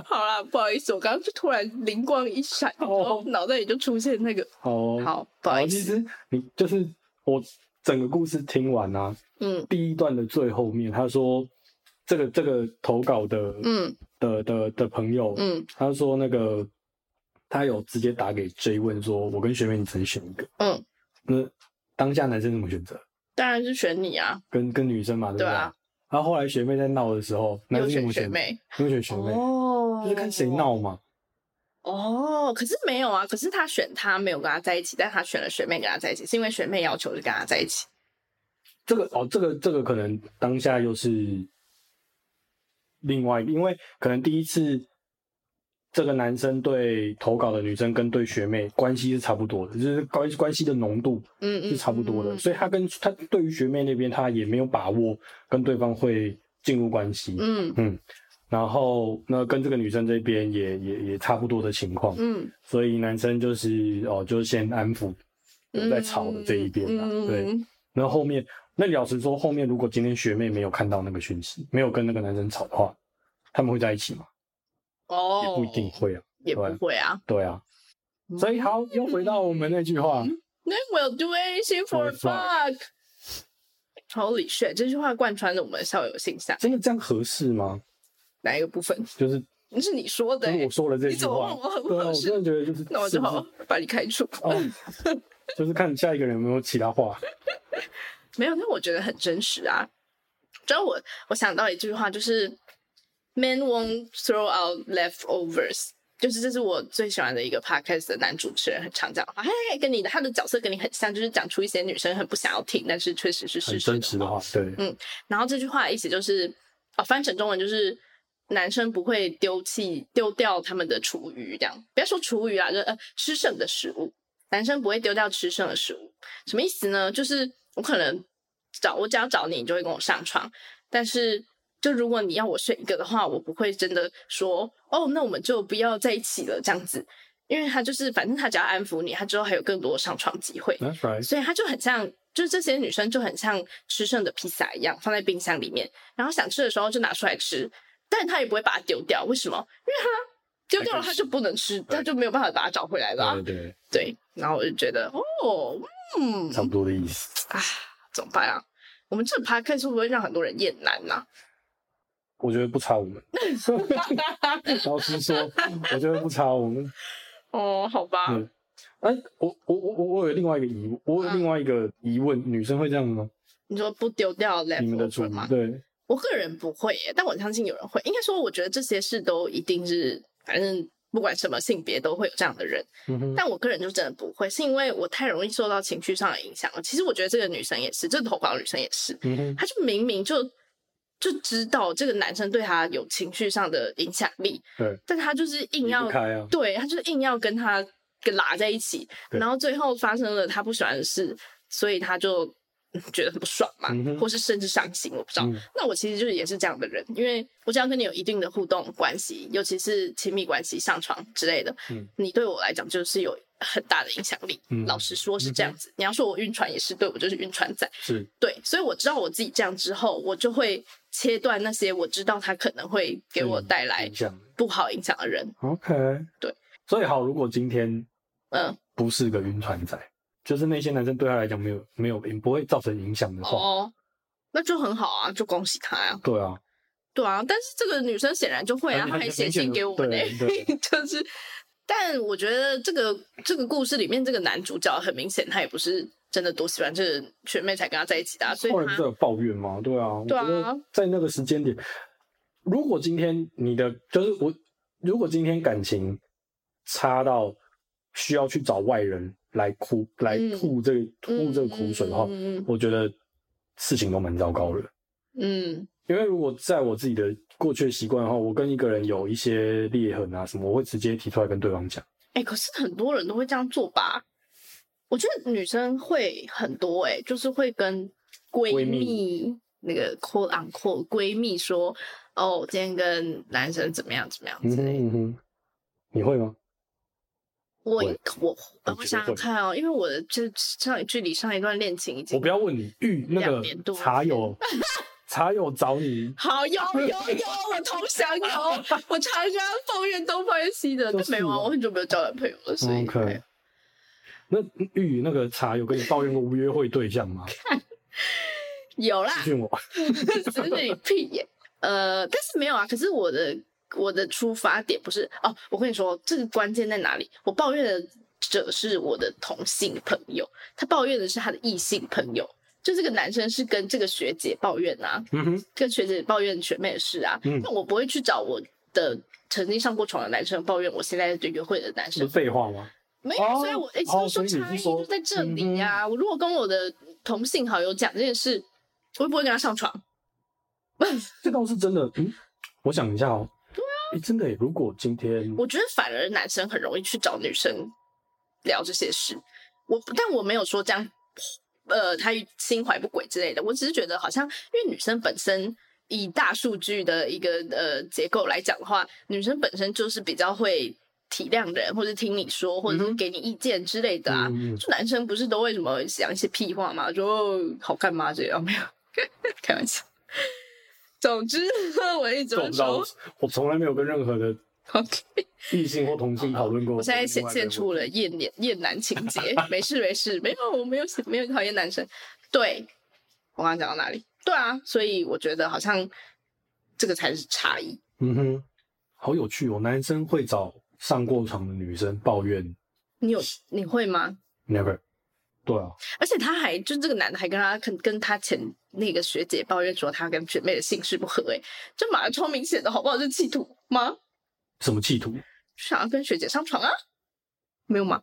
[SPEAKER 1] 好啦，不好意思，我刚刚就突然灵光一闪，然后脑袋里就出现那个。
[SPEAKER 2] 哦，
[SPEAKER 1] 好，不好意
[SPEAKER 2] 其
[SPEAKER 1] 思，
[SPEAKER 2] 实你就是我整个故事听完啊，
[SPEAKER 1] 嗯
[SPEAKER 2] 第一段的最后面，他说这个这个投稿的、
[SPEAKER 1] 嗯
[SPEAKER 2] 的的的朋友，
[SPEAKER 1] 嗯
[SPEAKER 2] 他说那个他有直接打给追问说，我跟学妹你只能选一个，
[SPEAKER 1] 嗯，
[SPEAKER 2] 那当下男生怎么选择？
[SPEAKER 1] 当然是选你啊，
[SPEAKER 2] 跟跟女生嘛，对不
[SPEAKER 1] 对啊。
[SPEAKER 2] 然后后来学妹在闹的时候，男
[SPEAKER 1] 又
[SPEAKER 2] 生怎
[SPEAKER 1] 选学
[SPEAKER 2] 么选？
[SPEAKER 1] 妹
[SPEAKER 2] 又选学妹，
[SPEAKER 1] 哦
[SPEAKER 2] 就是看谁闹嘛。
[SPEAKER 1] 哦。可是没有啊，可是他选他没有跟他在一起，但他选了学妹跟他在一起，是因为学妹要求就跟他在一起。
[SPEAKER 2] 这个哦，这个这个可能当下又是另外一个，因为可能第一次这个男生对投稿的女生跟对学妹关系是差不多的，就是关关系的浓度
[SPEAKER 1] 嗯嗯，
[SPEAKER 2] 是差不多的，
[SPEAKER 1] 嗯
[SPEAKER 2] 所以他跟他对于学妹那边他也没有把握跟对方会进入关系，
[SPEAKER 1] 嗯
[SPEAKER 2] 然后那跟这个女生这边也也也差不多的情况，
[SPEAKER 1] 嗯，
[SPEAKER 2] 所以男生就是哦，就先安抚有在吵的这一边啦，
[SPEAKER 1] 嗯
[SPEAKER 2] 对。，然后后面，那老实说，后面如果今天学妹没有看到那个讯息，没有跟那个男生吵的话，他们会在一起吗？
[SPEAKER 1] 哦，
[SPEAKER 2] 也不一定，会啊。
[SPEAKER 1] 也不会啊。
[SPEAKER 2] 对啊，
[SPEAKER 1] 哦
[SPEAKER 2] 所以好，又回到我们那句话，
[SPEAKER 1] Then we'll do anything for a
[SPEAKER 2] For a
[SPEAKER 1] fuck。Holy shit！这句话贯穿着我们的校友信箱，
[SPEAKER 2] 真的这样合适吗？
[SPEAKER 1] 哪一个部分？
[SPEAKER 2] 就是
[SPEAKER 1] 那是你说的、
[SPEAKER 2] 就是
[SPEAKER 1] 欸
[SPEAKER 2] 我，说了这
[SPEAKER 1] 你
[SPEAKER 2] 句
[SPEAKER 1] 怎么问
[SPEAKER 2] 话，
[SPEAKER 1] 我合不
[SPEAKER 2] 对啊，
[SPEAKER 1] 合
[SPEAKER 2] 我
[SPEAKER 1] 适？
[SPEAKER 2] 真的觉得就是，
[SPEAKER 1] 那我
[SPEAKER 2] 是
[SPEAKER 1] 只
[SPEAKER 2] 不是
[SPEAKER 1] 好把你开除。
[SPEAKER 2] 哦，就是看下一个人有没有其他话。
[SPEAKER 1] 没有，但我觉得很真实啊。知道我我想到一句话，就是 “Men won't throw out leftovers”，就是这是我最喜欢的一个 podcast 的男主持人，很常讲的话，嘿，跟你的他的角色跟你很像，就是讲出一些女生很不想要听，但是确实 是嗯
[SPEAKER 2] 很
[SPEAKER 1] 事实
[SPEAKER 2] 真实的话，对，
[SPEAKER 1] 然后这句话的意思就是，哦，翻成中文就是男生不会丢弃丢掉他们的厨余，这样不要说厨余啦，就呃吃剩的食物，男生不会丢掉吃剩的食物，什么意思呢？就是我可能找我只要找你，你就会跟我上床，但是。就如果你要我选一个的话，我不会真的说哦，那我们就不要在一起了这样子，因为他就是反正他只要安抚你，他之后还有更多上床机会。
[SPEAKER 2] That's right，
[SPEAKER 1] 所以它就很像，就是这些女生就很像吃剩的披萨一样，放在冰箱里面，然后想吃的时候就拿出来吃，但她也不会把它丢掉，为什么？因为她丢掉了，
[SPEAKER 2] 还
[SPEAKER 1] 她
[SPEAKER 2] 可以吃
[SPEAKER 1] 就不能吃，
[SPEAKER 2] 对
[SPEAKER 1] 她就没有办法把它找回来了啊、
[SPEAKER 2] 对对，
[SPEAKER 1] 对，然后我就觉得，哦，嗯，
[SPEAKER 2] 差不多的意思。
[SPEAKER 1] 啊，怎么办啊？我们这 p o d c 会不会让很多人厌男啊呐、
[SPEAKER 2] 我觉得不差 我们， 老实说，我觉得不差我们。
[SPEAKER 1] 哦，好吧，
[SPEAKER 2] 嗯哎，我我我我我有另外一个疑问，我有
[SPEAKER 1] 嗯
[SPEAKER 2] 另外一个疑问，女生会这样吗？
[SPEAKER 1] 你说不丢掉
[SPEAKER 2] 你们的
[SPEAKER 1] leftover
[SPEAKER 2] 主
[SPEAKER 1] 吗？
[SPEAKER 2] 对，
[SPEAKER 1] 我个人不会耶，但我相信有人会。应该说，我觉得这些事都一定是，反正不管什么性别都会有这样的人。
[SPEAKER 2] 嗯哼，
[SPEAKER 1] 但我个人就真的不会，是因为我太容易受到情绪上的影响了。其实我觉得这个女生也是，这个投稿女生也是，
[SPEAKER 2] 嗯哼，
[SPEAKER 1] 她就明明就就知道这个男生对她有情绪上的影响力，
[SPEAKER 2] 对，
[SPEAKER 1] 但她就是硬
[SPEAKER 2] 离
[SPEAKER 1] 要
[SPEAKER 2] 不开啊，
[SPEAKER 1] 对他就是硬要跟他跟拉在一起，
[SPEAKER 2] 对
[SPEAKER 1] 然后最后发生了他不喜欢的事，所以他就嗯觉得很不爽嘛，
[SPEAKER 2] 嗯哼
[SPEAKER 1] 或是甚至伤心，我不知道。
[SPEAKER 2] 嗯
[SPEAKER 1] 那我其实就是也是这样的人，因为我只要跟你有一定的互动关系，尤其是亲密关系、上床之类的，
[SPEAKER 2] 嗯
[SPEAKER 1] 你对我来讲就是有很大的影响力。
[SPEAKER 2] 嗯
[SPEAKER 1] 老实说是这样子，你要说我晕船也是对我就是晕船仔，
[SPEAKER 2] 是，
[SPEAKER 1] 对，所以我知道我自己这样之后，我就会切断那些我知道他可能会给
[SPEAKER 2] 嗯
[SPEAKER 1] 我带来
[SPEAKER 2] 影响。
[SPEAKER 1] 不好影响的人，
[SPEAKER 2] OK，
[SPEAKER 1] 对，
[SPEAKER 2] 所以好，如果今天
[SPEAKER 1] 嗯。
[SPEAKER 2] 不是个晕船仔，就是那些男生对他来讲没有没有不会造成影响的话，
[SPEAKER 1] 哦，那就很好啊，就恭喜她呀、
[SPEAKER 2] 对啊，
[SPEAKER 1] 对啊，但是这个女生显然就会啊，
[SPEAKER 2] 很
[SPEAKER 1] 她还写信给我们呢、
[SPEAKER 2] 很明显的对
[SPEAKER 1] 就是。但我觉得这个这个故事里面，这个男主角很明显他也不是真的多喜欢这个学妹才跟他在一起的、啊，所以
[SPEAKER 2] 后来不
[SPEAKER 1] 他
[SPEAKER 2] 是有抱怨吗？对啊，我
[SPEAKER 1] 对啊
[SPEAKER 2] 觉得在那个时间点，如果今天你的就是我，如果今天感情差到需要去找外人来哭来
[SPEAKER 1] 嗯
[SPEAKER 2] 吐这个吐这个苦水的话，
[SPEAKER 1] 嗯嗯
[SPEAKER 2] 我觉得事情都蛮糟糕的。
[SPEAKER 1] 嗯
[SPEAKER 2] 因为如果在我自己的过去的习惯的话，我跟一个人有一些裂痕啊什么，我会直接提出来跟对方讲。
[SPEAKER 1] 哎、可是很多人都会这样做吧？我觉得女生会很多哎、就是会跟闺
[SPEAKER 2] 闺
[SPEAKER 1] 蜜那个 “quote u n q u o t e 闺蜜说，哦，今天跟男生怎么样怎么样
[SPEAKER 2] 嗯
[SPEAKER 1] 之类的。
[SPEAKER 2] 哼嗯哼，你会吗？
[SPEAKER 1] 我
[SPEAKER 2] 会
[SPEAKER 1] 我
[SPEAKER 2] 我
[SPEAKER 1] 我
[SPEAKER 2] 觉
[SPEAKER 1] 想想
[SPEAKER 2] 得会
[SPEAKER 1] 看哦，因为我的这上距离上一段恋情已经
[SPEAKER 2] 我不要问你，遇那
[SPEAKER 1] 两年
[SPEAKER 2] 个
[SPEAKER 1] 多
[SPEAKER 2] 茶友，茶友找你
[SPEAKER 1] 好有有有，我投 降有，我常常抱怨东抱怨西的，
[SPEAKER 2] 就
[SPEAKER 1] 但没有
[SPEAKER 2] 是
[SPEAKER 1] 啊，
[SPEAKER 2] 啊
[SPEAKER 1] 我很久没有交男朋友了，所以
[SPEAKER 2] OK
[SPEAKER 1] 哎。
[SPEAKER 2] 那玉那个茶有跟你抱怨过无约会对象吗？
[SPEAKER 1] 有啦
[SPEAKER 2] 私，讯我，
[SPEAKER 1] 只是你屁眼。呃，但是没有啊，可是我的我的出发点不是哦，我跟你说，这个关键在哪里？我抱怨的者是我的同性朋友，他抱怨的是他的异性朋友，就这个男生是跟这个学姐抱怨啊，
[SPEAKER 2] 嗯哼，
[SPEAKER 1] 跟学姐抱怨学妹的事啊，
[SPEAKER 2] 嗯
[SPEAKER 1] 但我不会去找我的曾经上过床的男生抱怨我现在对约会的男
[SPEAKER 2] 这
[SPEAKER 1] 生
[SPEAKER 2] 不是，废话吗？
[SPEAKER 1] 没有，
[SPEAKER 2] 哦
[SPEAKER 1] 所以我一直
[SPEAKER 2] 哦
[SPEAKER 1] 都说
[SPEAKER 2] 所以你
[SPEAKER 1] 差异
[SPEAKER 2] 是说嗯
[SPEAKER 1] 就在这里呀、我如果跟我的同性好友讲这件事，我也不会跟他上床。
[SPEAKER 2] 这倒是真的。嗯，我想一下哦。对啊，真的耶，如果今天
[SPEAKER 1] 我觉得反而男生很容易去找女生聊这些事。我但我没有说这样，呃，他心怀不轨之类的。我只是觉得好像，因为女生本身以大数据的一个呃结构来讲的话，女生本身就是比较会体谅人，或者听你说，或者是给你意见之类的啊。
[SPEAKER 2] 嗯嗯嗯
[SPEAKER 1] 就男生不是都为什么讲一些屁话嘛，就哦好看吗？这样没有， 开玩笑。总之，我一直
[SPEAKER 2] 这我
[SPEAKER 1] 都
[SPEAKER 2] 不知道，
[SPEAKER 1] 说
[SPEAKER 2] 我我从来没有跟任何的
[SPEAKER 1] OK。
[SPEAKER 2] 异性或同性讨论过。
[SPEAKER 1] 哦我现在显现出了厌脸厌男情节，没事没事，没有我没有没有讨厌男生。对，我刚刚讲到哪里？对啊，所以我觉得好像这个才是差异。
[SPEAKER 2] 嗯哼，好有趣哦。男生会找上过床的女生抱怨
[SPEAKER 1] 你有你会吗？
[SPEAKER 2] ，never。对啊，
[SPEAKER 1] 而且他还就这个男的还跟他跟跟他前那个学姐抱怨说他跟学妹的姓氏不合、欸，哎，这马上超明显的好不好？这企图吗？
[SPEAKER 2] 什么企图？
[SPEAKER 1] 想要跟学姐上床啊？没有吗？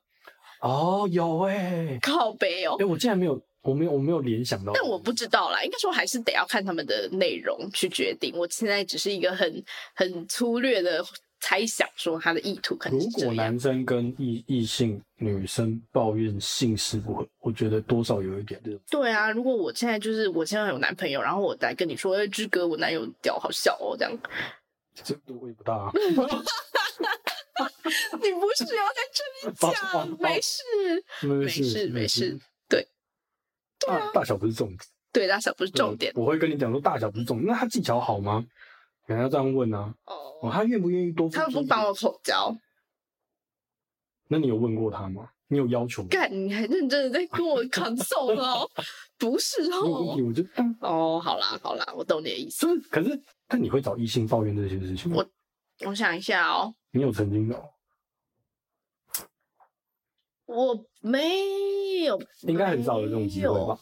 [SPEAKER 2] 哦，有哎，
[SPEAKER 1] 靠北哦
[SPEAKER 2] 哎，。我竟然没有，我没有，我没有联想到。
[SPEAKER 1] 但我不知道啦，应该说还是得要看他们的内容去决定。我现在只是一个很很粗略的猜想，说他的意图可能
[SPEAKER 2] 如
[SPEAKER 1] 是这
[SPEAKER 2] 果
[SPEAKER 1] 样。
[SPEAKER 2] 男生跟异异性女生抱怨性事不合，我觉得多少有一点这种。
[SPEAKER 1] 对啊，如果我现在就是我现在有男朋友，然后我来跟你说，哎，志哥，我男友屌好小哦，这样，
[SPEAKER 2] 这度也不大、啊。
[SPEAKER 1] 嗯 你不是要在这 里
[SPEAKER 2] 好好
[SPEAKER 1] 讲，没事，
[SPEAKER 2] 没
[SPEAKER 1] 没事，没事，，
[SPEAKER 2] 大、大小不是重点，呃
[SPEAKER 1] 对，大小不是重点
[SPEAKER 2] 我会跟你讲说大小不是重点，那他技巧好吗？人家这样问啊，哦，
[SPEAKER 1] 哦。
[SPEAKER 2] 他愿不愿意多？
[SPEAKER 1] 他们不帮我，口交，
[SPEAKER 2] 那你有问过他吗？你有要求吗？
[SPEAKER 1] 干，你还认真的在跟我 console 哦？ 不是
[SPEAKER 2] 你有问
[SPEAKER 1] 哦
[SPEAKER 2] 题，，我就嗯
[SPEAKER 1] 哦，好啦，好啦，我懂你的意思。
[SPEAKER 2] 就是，可是但你会找异性抱怨这些事情吗？
[SPEAKER 1] 我我想一下哦，
[SPEAKER 2] 你有曾经找？
[SPEAKER 1] 我没有，
[SPEAKER 2] 应该很少有这种机会吧？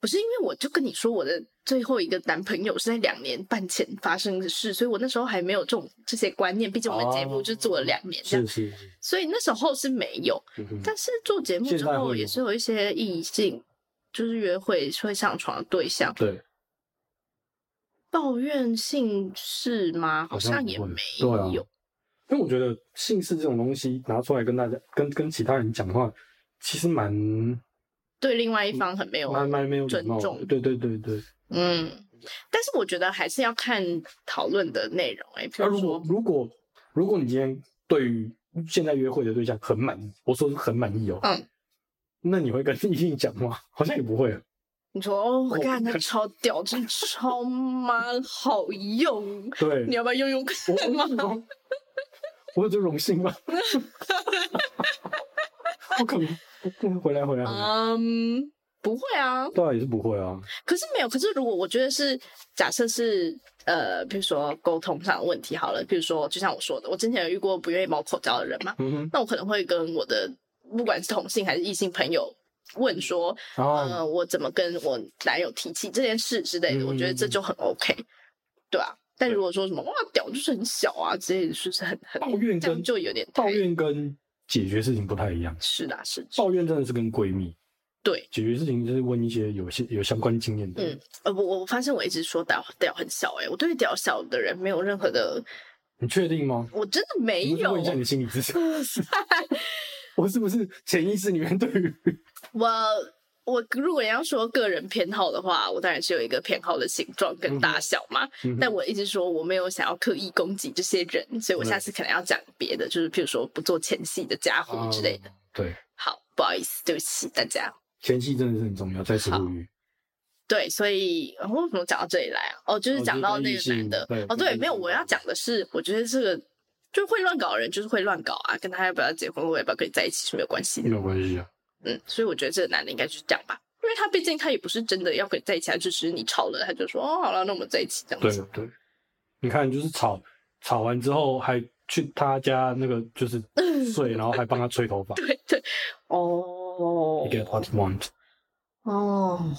[SPEAKER 1] 不是因为我就跟你说，我的最后一个男朋友是在两年半前发生的事，所以我那时候还没有这种这些观念。毕竟我们节目
[SPEAKER 2] 哦
[SPEAKER 1] 就做了两年这样，
[SPEAKER 2] 是是是，
[SPEAKER 1] 所以那时候是没有。
[SPEAKER 2] 嗯哼
[SPEAKER 1] 但是做节目之
[SPEAKER 2] 现在会
[SPEAKER 1] 后，
[SPEAKER 2] 有
[SPEAKER 1] 也是有一些异性，就是约会会上床的对象，
[SPEAKER 2] 对，
[SPEAKER 1] 抱怨性事吗？好
[SPEAKER 2] 好像
[SPEAKER 1] 也
[SPEAKER 2] 不会
[SPEAKER 1] 没
[SPEAKER 2] 对啊
[SPEAKER 1] 有。
[SPEAKER 2] 因为我觉得姓氏这种东西拿出来跟大家、跟跟其他人讲话，其实蛮
[SPEAKER 1] 对另
[SPEAKER 2] 嗯
[SPEAKER 1] 外一方很没有
[SPEAKER 2] 蛮蛮没有礼
[SPEAKER 1] 尊
[SPEAKER 2] 貌的
[SPEAKER 1] 重
[SPEAKER 2] 对对对对。
[SPEAKER 1] 嗯，但是我觉得还是要看讨论的内容、欸。哎，比
[SPEAKER 2] 那
[SPEAKER 1] 如
[SPEAKER 2] 如
[SPEAKER 1] 说
[SPEAKER 2] 果如果如果你今天对于现在约会的对象很满意，我说是很满意哦，
[SPEAKER 1] 嗯，
[SPEAKER 2] 那你会跟异性讲吗？ 好像也不会啊。
[SPEAKER 1] 你说哦，我
[SPEAKER 2] 哦
[SPEAKER 1] 看他
[SPEAKER 2] 看
[SPEAKER 1] 超屌，真的超妈好用，
[SPEAKER 2] 对
[SPEAKER 1] 你，要不要用用
[SPEAKER 2] 我
[SPEAKER 1] 看吗？
[SPEAKER 2] 我我有这荣幸吗？ 不可能，回来回来回来，
[SPEAKER 1] 嗯，不会啊，
[SPEAKER 2] 对啊，也是不会啊。
[SPEAKER 1] 可是没有，可是如果我觉得是假设是呃，比如说沟通上的问题好了，比如说就像我说的，我之前有遇过不愿意帮我口交的人嘛，
[SPEAKER 2] 嗯哼，
[SPEAKER 1] 那我可能会跟我的不管是同性还是异性朋友问说，
[SPEAKER 2] 然后
[SPEAKER 1] 呃，我怎么跟我男友提起这件事之类的，
[SPEAKER 2] 嗯
[SPEAKER 1] 我觉得这就很 OK，对啊。但
[SPEAKER 2] 对
[SPEAKER 1] 如果说什么哇屌就是很小啊之类的，是不是很很
[SPEAKER 2] 抱怨
[SPEAKER 1] 这样
[SPEAKER 2] 跟
[SPEAKER 1] 就有点太
[SPEAKER 2] 抱怨跟解决事情不太一样，
[SPEAKER 1] 是啦是是
[SPEAKER 2] 抱怨真的是跟闺蜜，
[SPEAKER 1] 对，
[SPEAKER 2] 解决事情就是问一些有些有相关经验的人。
[SPEAKER 1] 嗯呃我我发现我一直说屌屌很小哎、我对屌小的人没有任何的，
[SPEAKER 2] 你确定吗？
[SPEAKER 1] 我真的没
[SPEAKER 2] 你不是
[SPEAKER 1] 有
[SPEAKER 2] 问一下你心理咨询，我是不是潜意识里面对 于
[SPEAKER 1] 我我如果要说个人偏好的话，我当然是有一个偏好的形状跟大小嘛。
[SPEAKER 2] 嗯哼
[SPEAKER 1] 但我一直说我没有想要刻意攻击这些人，所以我下次可能要讲别的，就是譬如说不做前戏的家伙之类的。
[SPEAKER 2] 嗯对，
[SPEAKER 1] 好，不好意思，对不起大家。
[SPEAKER 2] 前戏真的是很重要，再次呼吁。
[SPEAKER 1] 对，所以呃我为什么讲到这里来啊？哦，就是
[SPEAKER 2] 哦
[SPEAKER 1] 讲
[SPEAKER 2] 就是
[SPEAKER 1] 到
[SPEAKER 2] 跟
[SPEAKER 1] 那
[SPEAKER 2] 异
[SPEAKER 1] 个男
[SPEAKER 2] 性
[SPEAKER 1] 的
[SPEAKER 2] 对。
[SPEAKER 1] 哦，
[SPEAKER 2] 跟异
[SPEAKER 1] 对，
[SPEAKER 2] 性
[SPEAKER 1] 没有，我要讲的是，我觉得这个就会乱搞的人就是会乱搞啊，跟他要不要结婚，我要不要跟你在一起是没有关系的。
[SPEAKER 2] 没有关系啊，
[SPEAKER 1] 嗯，所以我觉得这个男的应该就是这样吧，因为他毕竟他也不是真的要跟你在一起，他只是你吵了，他就说哦好了，那我们在一起这样
[SPEAKER 2] 对
[SPEAKER 1] 子。
[SPEAKER 2] 对。你看，就是吵吵完之后，还去他家那个就是睡，然后还帮他吹头发。
[SPEAKER 1] 对对，哦
[SPEAKER 2] You get what you want
[SPEAKER 1] 哦，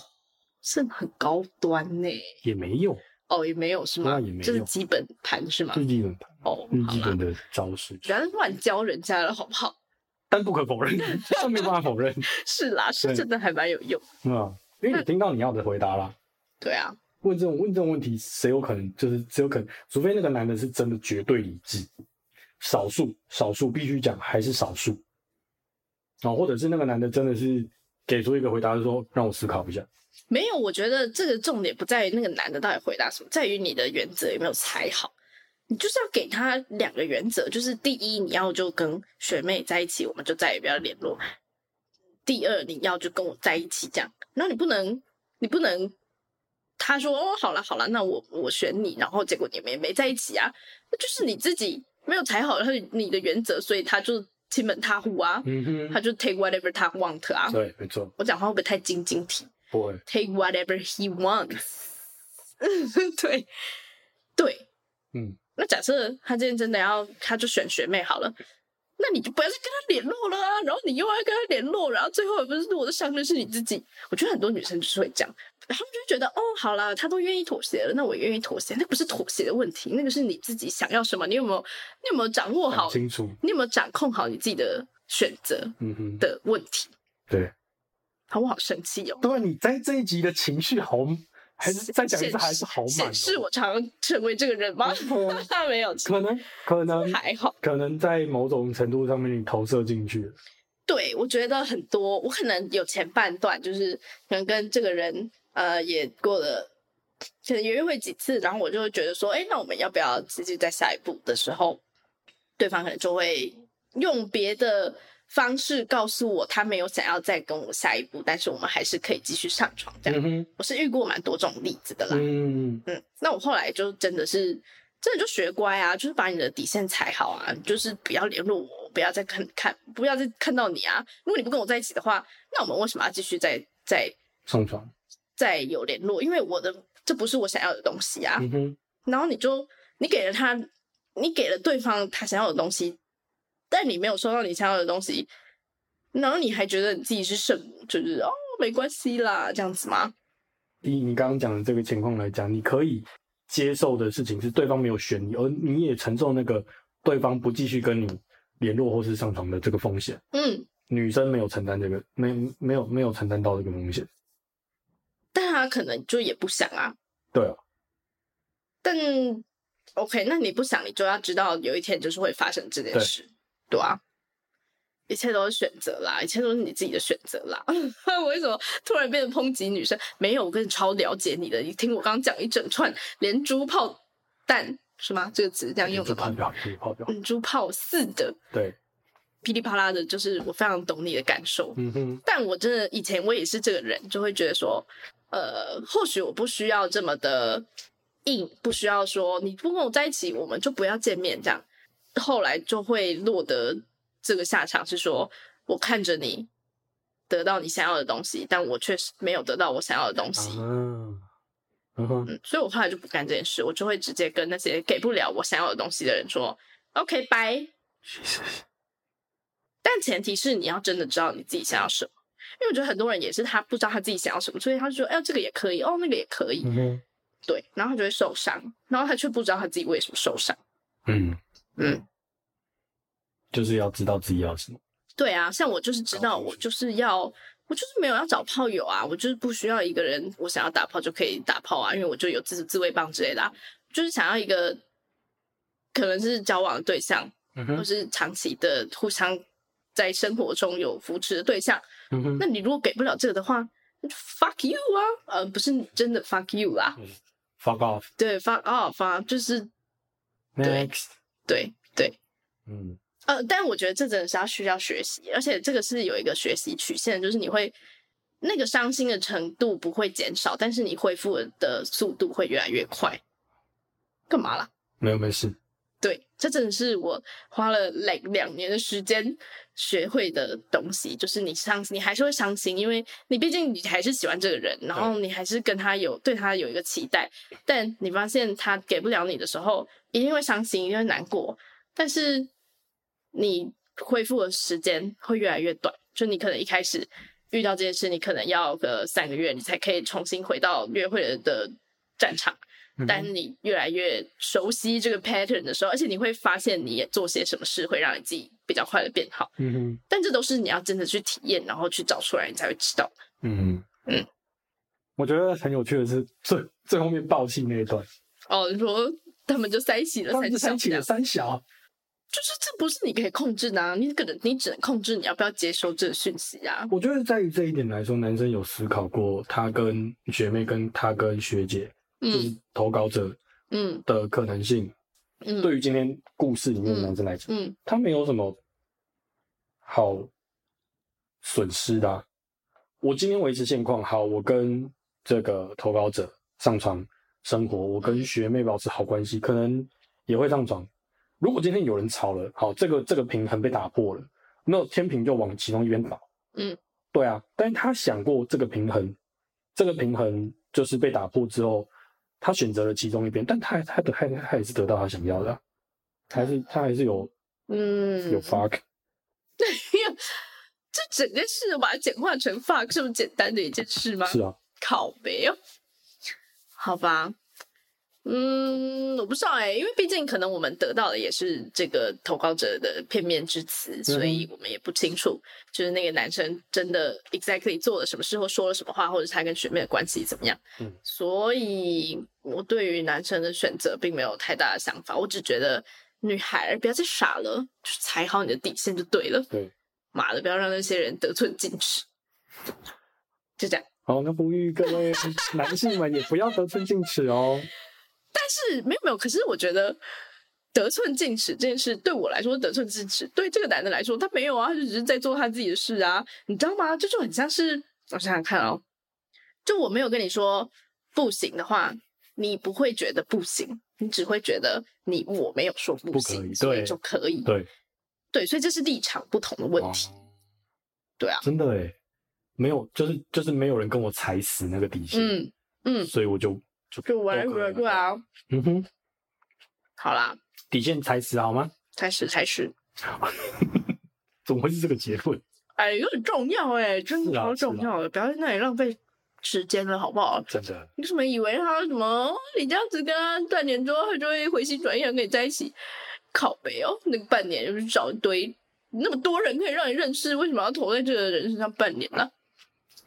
[SPEAKER 1] 是很高端呢。
[SPEAKER 2] 也没有，
[SPEAKER 1] 哦，也没有是吗？
[SPEAKER 2] 那也没有
[SPEAKER 1] 这是基本盘是吗
[SPEAKER 2] 最？基本的
[SPEAKER 1] 哦，好
[SPEAKER 2] 基本
[SPEAKER 1] 啦，
[SPEAKER 2] 的招式，
[SPEAKER 1] 不要乱教人家了好不好？
[SPEAKER 2] 但不可否认， 这没办法否认
[SPEAKER 1] 是啦，是
[SPEAKER 2] 对
[SPEAKER 1] 真的还蛮有用。
[SPEAKER 2] 啊、因为你听到你要的回答啦。
[SPEAKER 1] 对啊，
[SPEAKER 2] 问这种问这种问题，谁有可能就是只有可能，除非那个男的是真的绝对理智，少数少数必须讲还是少数，哦，或者是那个男的真的是给出一个回答，就说让我思考一下，
[SPEAKER 1] 没有，我觉得这个重点不在于那个男的到底回答什么，在于你的原则有没有踩好。你就是要给他两个原则，就是第一，你要就跟学妹在一起，我们就再也不要联络；第二，你要就跟我在一起这样。然后你不能，你不能，他说哦，好了好了，那我我选你，然后结果你们也没在一起啊，那就是你自己没有踩好他你的原则，所以他就亲门踏户啊，
[SPEAKER 2] 嗯
[SPEAKER 1] 他，就 take whatever 他 want 啊。
[SPEAKER 2] 对，没错，
[SPEAKER 1] 我讲话会不会太晶晶体？
[SPEAKER 2] 不会，
[SPEAKER 1] take whatever he wants 对对，
[SPEAKER 2] 嗯，
[SPEAKER 1] 那假设他今天真的要，他就选学妹好了，那你就不要再跟他联络了啊。然后你又要跟他联络，然后最后也不是我的上面是你自己。我觉得很多女生就是会这样，她们就会觉得哦，好啦，他都愿意妥协了，那我也愿意妥协，那不是妥协的问题，那个是你自己想要什么，你有没有你有没有掌握
[SPEAKER 2] 很
[SPEAKER 1] 好，
[SPEAKER 2] 清楚，
[SPEAKER 1] 你有没有掌控好你自己的选择
[SPEAKER 2] 嗯哼，
[SPEAKER 1] 的问题。
[SPEAKER 2] 对，
[SPEAKER 1] 啊，我好生气哦。
[SPEAKER 2] 对，你在这一集的情绪好，还是再讲一次，
[SPEAKER 1] 显
[SPEAKER 2] 还是好满、哦
[SPEAKER 1] 显，示我常成为这个人吗？ 没有，
[SPEAKER 2] 可能可能
[SPEAKER 1] 还好。
[SPEAKER 2] 可能在某种程度上面你投射进去了，
[SPEAKER 1] 对，我觉得很多，我可能有前半段就是可能跟这个人呃也过了，可能约会几次，然后我就会觉得说，哎，那我们要不要继续在下一步的时候，对方可能就会用别的方式告诉我他没有想要再跟我下一步，但是我们还是可以继续上床这样。
[SPEAKER 2] 嗯哼，
[SPEAKER 1] 我是遇过蛮多这种例子的啦。
[SPEAKER 2] 嗯，
[SPEAKER 1] 嗯，那我后来就真的是，真的就学乖啊，就是把你的底线踩好啊，就是不要联络我，不要再看看，不要再看到你啊。如果你不跟我在一起的话，那我们为什么要继续再再
[SPEAKER 2] 上床，
[SPEAKER 1] 再有联络？因为我的这不是我想要的东西啊。
[SPEAKER 2] 嗯哼，
[SPEAKER 1] 然后你就你给了他，你给了对方他想要的东西，但你没有收到你想要的东西，然后你还觉得你自己是圣母，就是哦没关系啦，这样子吗？
[SPEAKER 2] 以你刚刚讲的这个情况来讲，你可以接受的事情是对方没有选你，而你也承受那个对方不继续跟你联络或是上床的这个风险。
[SPEAKER 1] 嗯，
[SPEAKER 2] 女生没有承担这个，没没有没有承担到这个风险。
[SPEAKER 1] 但他可能就也不想啊。
[SPEAKER 2] 对啊。
[SPEAKER 1] 但 OK，那你不想，你就要知道有一天就是会发生这件
[SPEAKER 2] 对
[SPEAKER 1] 事，对啊。一切都是选择啦，一切都是你自己的选择啦。 我为什么突然变得抨击女生？没有，我跟你超了解你的。你听我刚刚讲一整串，连珠炮弹是吗？这个词是这样用的
[SPEAKER 2] 泡
[SPEAKER 1] 吗？嗯
[SPEAKER 2] 表，就是泡表。
[SPEAKER 1] 连珠炮似的，
[SPEAKER 2] 对，
[SPEAKER 1] 噼里啪啦的，就是我非常懂你的感受。
[SPEAKER 2] 嗯哼，
[SPEAKER 1] 但我真的以前我也是这个人，就会觉得说，呃，或许我不需要这么的硬，不需要说你不跟我在一起，我们就不要见面这样。后来就会落得这个下场，是说我看着你得到你想要的东西，但我确实没有得到我想要的东西。
[SPEAKER 2] 啊嗯哼，
[SPEAKER 1] 嗯，所以我后来就不干这件事，我就会直接跟那些给不了我想要的东西的人说，OK，拜。但前提是你要真的知道你自己想要什么，因为我觉得很多人也是他不知道他自己想要什么，所以他就说，哎、这个也可以，哦，那个也可以，
[SPEAKER 2] 嗯哼，
[SPEAKER 1] 对，然后他就会受伤，然后他却不知道他自己为什么受伤。
[SPEAKER 2] 嗯，
[SPEAKER 1] 嗯，
[SPEAKER 2] 就是要知道自己要什么。
[SPEAKER 1] 对啊，像我就是知道，我就是要，我就是没有要找炮友啊，我就是不需要一个人，我想要打炮就可以打炮啊，因为我就有自自慰棒之类的、啊，就是想要一个可能是交往的对象，
[SPEAKER 2] 嗯
[SPEAKER 1] 或
[SPEAKER 2] 哼，
[SPEAKER 1] 是长期的互相在生活中有扶持的对象。
[SPEAKER 2] 嗯哼
[SPEAKER 1] 那，你如果给不了这个的话，那就 fuck you 啊，呃，不是真的 fuck you 啦，
[SPEAKER 2] fuck off
[SPEAKER 1] 对，fuck off 啊，就是对
[SPEAKER 2] next。
[SPEAKER 1] 对对，
[SPEAKER 2] 嗯
[SPEAKER 1] 呃，但我觉得这真的是要需要学习，而且这个是有一个学习曲线，就是你会那个伤心的程度不会减少，但是你恢复的速度会越来越快。干嘛啦？
[SPEAKER 2] 没有没事。嗯
[SPEAKER 1] 对，这真的是我花了两两年的时间学会的东西，就是你伤，你还是会伤心，因为你毕竟你还是喜欢这个人，然后你还是跟他有对他有一个期待，但你发现他给不了你的时候，一定会伤心，一定会难过，但是你恢复的时间会越来越短，就你可能一开始遇到这件事，你可能要个三个月，你才可以重新回到约会的战场。
[SPEAKER 2] 嗯
[SPEAKER 1] 但你越来越熟悉这个 pattern 的时候，而且你会发现你也做些什么事会让你自己比较快的变好。
[SPEAKER 2] 嗯哼，
[SPEAKER 1] 但这都是你要真的去体验，然后去找出来，你才会知道。
[SPEAKER 2] 嗯
[SPEAKER 1] 嗯
[SPEAKER 2] 嗯，我觉得很有趣的是最最后面爆气那一段，
[SPEAKER 1] 哦，你说他们就在一起了
[SPEAKER 2] 当
[SPEAKER 1] 才
[SPEAKER 2] 时
[SPEAKER 1] 知道
[SPEAKER 2] 三
[SPEAKER 1] 这
[SPEAKER 2] 起
[SPEAKER 1] 样
[SPEAKER 2] 了，三小，啊
[SPEAKER 1] 就是这不是你可以控制的、啊，你可能你只能控制你要不要接收这个讯息啊。
[SPEAKER 2] 我觉得在于这一点来说，男生有思考过他跟学妹、跟他跟学姐，就
[SPEAKER 1] 嗯
[SPEAKER 2] 是投稿者
[SPEAKER 1] 嗯
[SPEAKER 2] 的可能性。
[SPEAKER 1] 嗯，
[SPEAKER 2] 对于今天故事里面
[SPEAKER 1] 嗯
[SPEAKER 2] 的男生来讲，
[SPEAKER 1] 嗯
[SPEAKER 2] 他没有什么好损失的啊、我今天维持现况，好，我跟这个投稿者上床生活，我跟
[SPEAKER 1] 嗯
[SPEAKER 2] 学妹保持好关系，可能也会上床。如果今天有人吵了，好，这个这个平衡被打破了，那天平就往其中一边倒。
[SPEAKER 1] 嗯，
[SPEAKER 2] 对啊，但是他想过这个平衡，这个平衡就是被打破之后，他选择了其中一边，但他他得他他也是得到他想要的啊、还是他还是有
[SPEAKER 1] 嗯，
[SPEAKER 2] 有 fuck，
[SPEAKER 1] 这整件事把它简化成 fuck 这么简单的一件事吗？
[SPEAKER 2] 是啊，
[SPEAKER 1] 靠北哦， 好吧，嗯，我不知道哎、因为毕竟可能我们得到的也是这个投稿者的片面之词，所以我们也不清楚，就是那个男生真的 exactly 做了什么事或说了什么话，或者他跟学妹的关系怎么样。
[SPEAKER 2] 嗯
[SPEAKER 1] 所以我对于男生的选择并没有太大的想法，我只觉得女孩不要再傻了，就是踩好你的底线就对了。
[SPEAKER 2] 对。
[SPEAKER 1] 妈的，不要让那些人得寸进尺。就这样。
[SPEAKER 2] 好，那呼吁各 位男性们也不要得寸进尺哦。
[SPEAKER 1] 但是没有没有，可是我觉得得寸进尺这件事对我来说得寸进尺，对这个男的来说他没有啊，他就只是在做他自己的事啊，你知道吗？这就很像是我想想看哦，就我没有跟你说不行的话，你不会觉得不行，你只会觉得你我没有说不
[SPEAKER 2] 不可
[SPEAKER 1] 行，
[SPEAKER 2] 以
[SPEAKER 1] 所以
[SPEAKER 2] 对
[SPEAKER 1] 就可以
[SPEAKER 2] 对，哦
[SPEAKER 1] 对，所以这是立场不同的问题，对啊，
[SPEAKER 2] 真的哎，没有，就是就是没有人跟我踩死那个底线，
[SPEAKER 1] 嗯嗯，
[SPEAKER 2] 所以我就就
[SPEAKER 1] 就完
[SPEAKER 2] 都可
[SPEAKER 1] 全
[SPEAKER 2] 以
[SPEAKER 1] 对啊，
[SPEAKER 2] 嗯哼，
[SPEAKER 1] 好啦，
[SPEAKER 2] 底线踩死好吗？
[SPEAKER 1] 开始开始，
[SPEAKER 2] 怎么会是这个结论？
[SPEAKER 1] 哎，有点重要哎、真的
[SPEAKER 2] 是啊
[SPEAKER 1] 超
[SPEAKER 2] 是啊
[SPEAKER 1] 重要的，不要在那里浪费时间了，好不好？
[SPEAKER 2] 真的，
[SPEAKER 1] 你怎么以为他什么？你这样子跟他半年之后，他就会回心转意想跟你在一起？靠北哦，那个半年就是找一堆那么多人可以让你认识，为什么要投在这个人身上半年呢、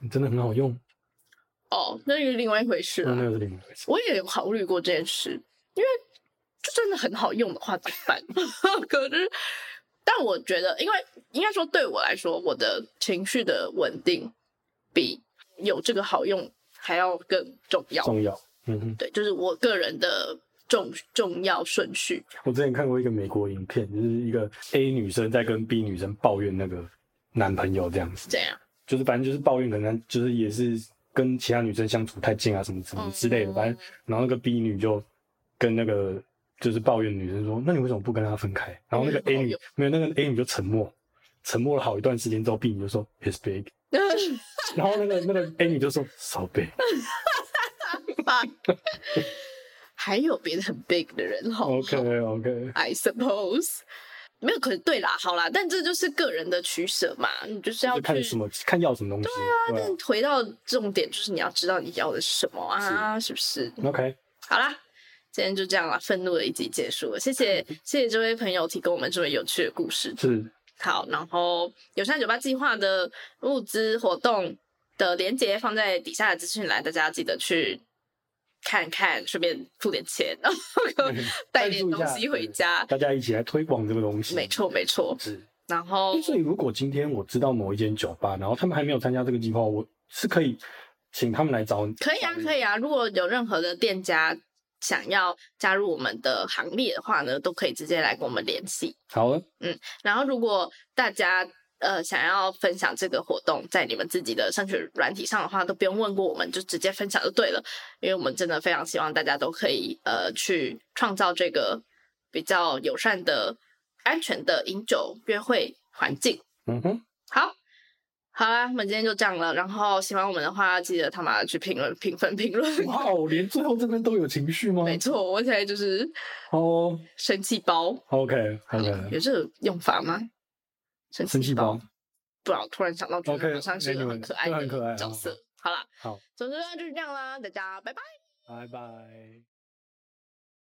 [SPEAKER 2] 你真的很好用，
[SPEAKER 1] 哦，那是另外一回事了、
[SPEAKER 2] 那那个是另外一回事。
[SPEAKER 1] 我也有考虑过这件事，因为就真的很好用的话怎么办？ 可是，但我觉得，因为应该说对我来说，我的情绪的稳定比有这个好用还要更重要。
[SPEAKER 2] 重要，嗯哼，
[SPEAKER 1] 对，就是我个人的重重要顺序。
[SPEAKER 2] 我之前看过一个美国影片，就是一个 A 女生在跟 B 女生抱怨那个男朋友这样子，
[SPEAKER 1] 这样，
[SPEAKER 2] 就是反正就是抱怨，可能就是也是跟其他女生相处太近啊，什么什么之类的，
[SPEAKER 1] 嗯
[SPEAKER 2] 反正然后那个 B 女就跟那个就是抱怨女生说，那你为什么不跟她分开？然后那个
[SPEAKER 1] 因为嗯很好
[SPEAKER 2] A 女
[SPEAKER 1] 用
[SPEAKER 2] 没有，那个 A 女就沉默，沉默了好一段时间之后，B 女就说 It's big， 然后那个那个 Amy 就说少背，
[SPEAKER 4] 还有别的很 big 的人好吗
[SPEAKER 2] OK OK，
[SPEAKER 4] I suppose，
[SPEAKER 1] 没有，可是对啦，好啦，但这就是个人的取舍嘛，你就是 要
[SPEAKER 2] 就
[SPEAKER 1] 去
[SPEAKER 2] 看什么看要什么东西，对啊
[SPEAKER 1] 但回到重点，就是你要知道你要的是什么啊，是不是？
[SPEAKER 2] OK，
[SPEAKER 1] 好啦，今天就这样了，愤怒的一集结束了，谢 谢谢谢这位朋友提供我们这么有趣的故事。
[SPEAKER 2] 是
[SPEAKER 1] 好，然后友善酒吧计划的募资活动的连接放在底下的资讯栏，大家要记得去看看，顺便付点钱，然后 带点东西回家。
[SPEAKER 2] 大家一起来推广这个东西，
[SPEAKER 1] 没错，没错。
[SPEAKER 2] 是。
[SPEAKER 1] 然后
[SPEAKER 2] 诶所以如果今天我知道某一间酒吧，然后他们还没有参加这个计划，我是可以请他们来找你。
[SPEAKER 1] 可以啊，可以啊。如果有任何的店家想要加入我们的行列的话呢，都可以直接来跟我们联系。
[SPEAKER 2] 好啊了，
[SPEAKER 1] 然后，如果大家呃想要分享这个活动在你们自己的上学软体上的话，都不用问过我们，就直接分享就对了。因为我们真的非常希望大家都可以呃去创造这个比较友善的、安全的饮酒约会环境。
[SPEAKER 2] 嗯哼，
[SPEAKER 1] 好，好啦，我们今天就这样了。然后喜欢我们的话，记得他妈的去评论、评分、评论。
[SPEAKER 2] 哇哦，连最后这边都有情绪吗？
[SPEAKER 1] 没错，我现在就是
[SPEAKER 2] 哦
[SPEAKER 1] 生气包，
[SPEAKER 2] ，OK OK，
[SPEAKER 1] 哎有这个用法吗？生
[SPEAKER 2] 生气包，
[SPEAKER 1] 不知道，突然想到，觉得
[SPEAKER 2] OK，
[SPEAKER 1] 好像是一个很
[SPEAKER 2] anyway，
[SPEAKER 1] 可爱
[SPEAKER 2] 这很可
[SPEAKER 1] 的
[SPEAKER 2] 爱
[SPEAKER 1] 角
[SPEAKER 2] 好
[SPEAKER 1] 色。好啦，
[SPEAKER 2] 好，
[SPEAKER 1] 总之呢就是这样啦，大家拜拜。
[SPEAKER 2] 拜拜。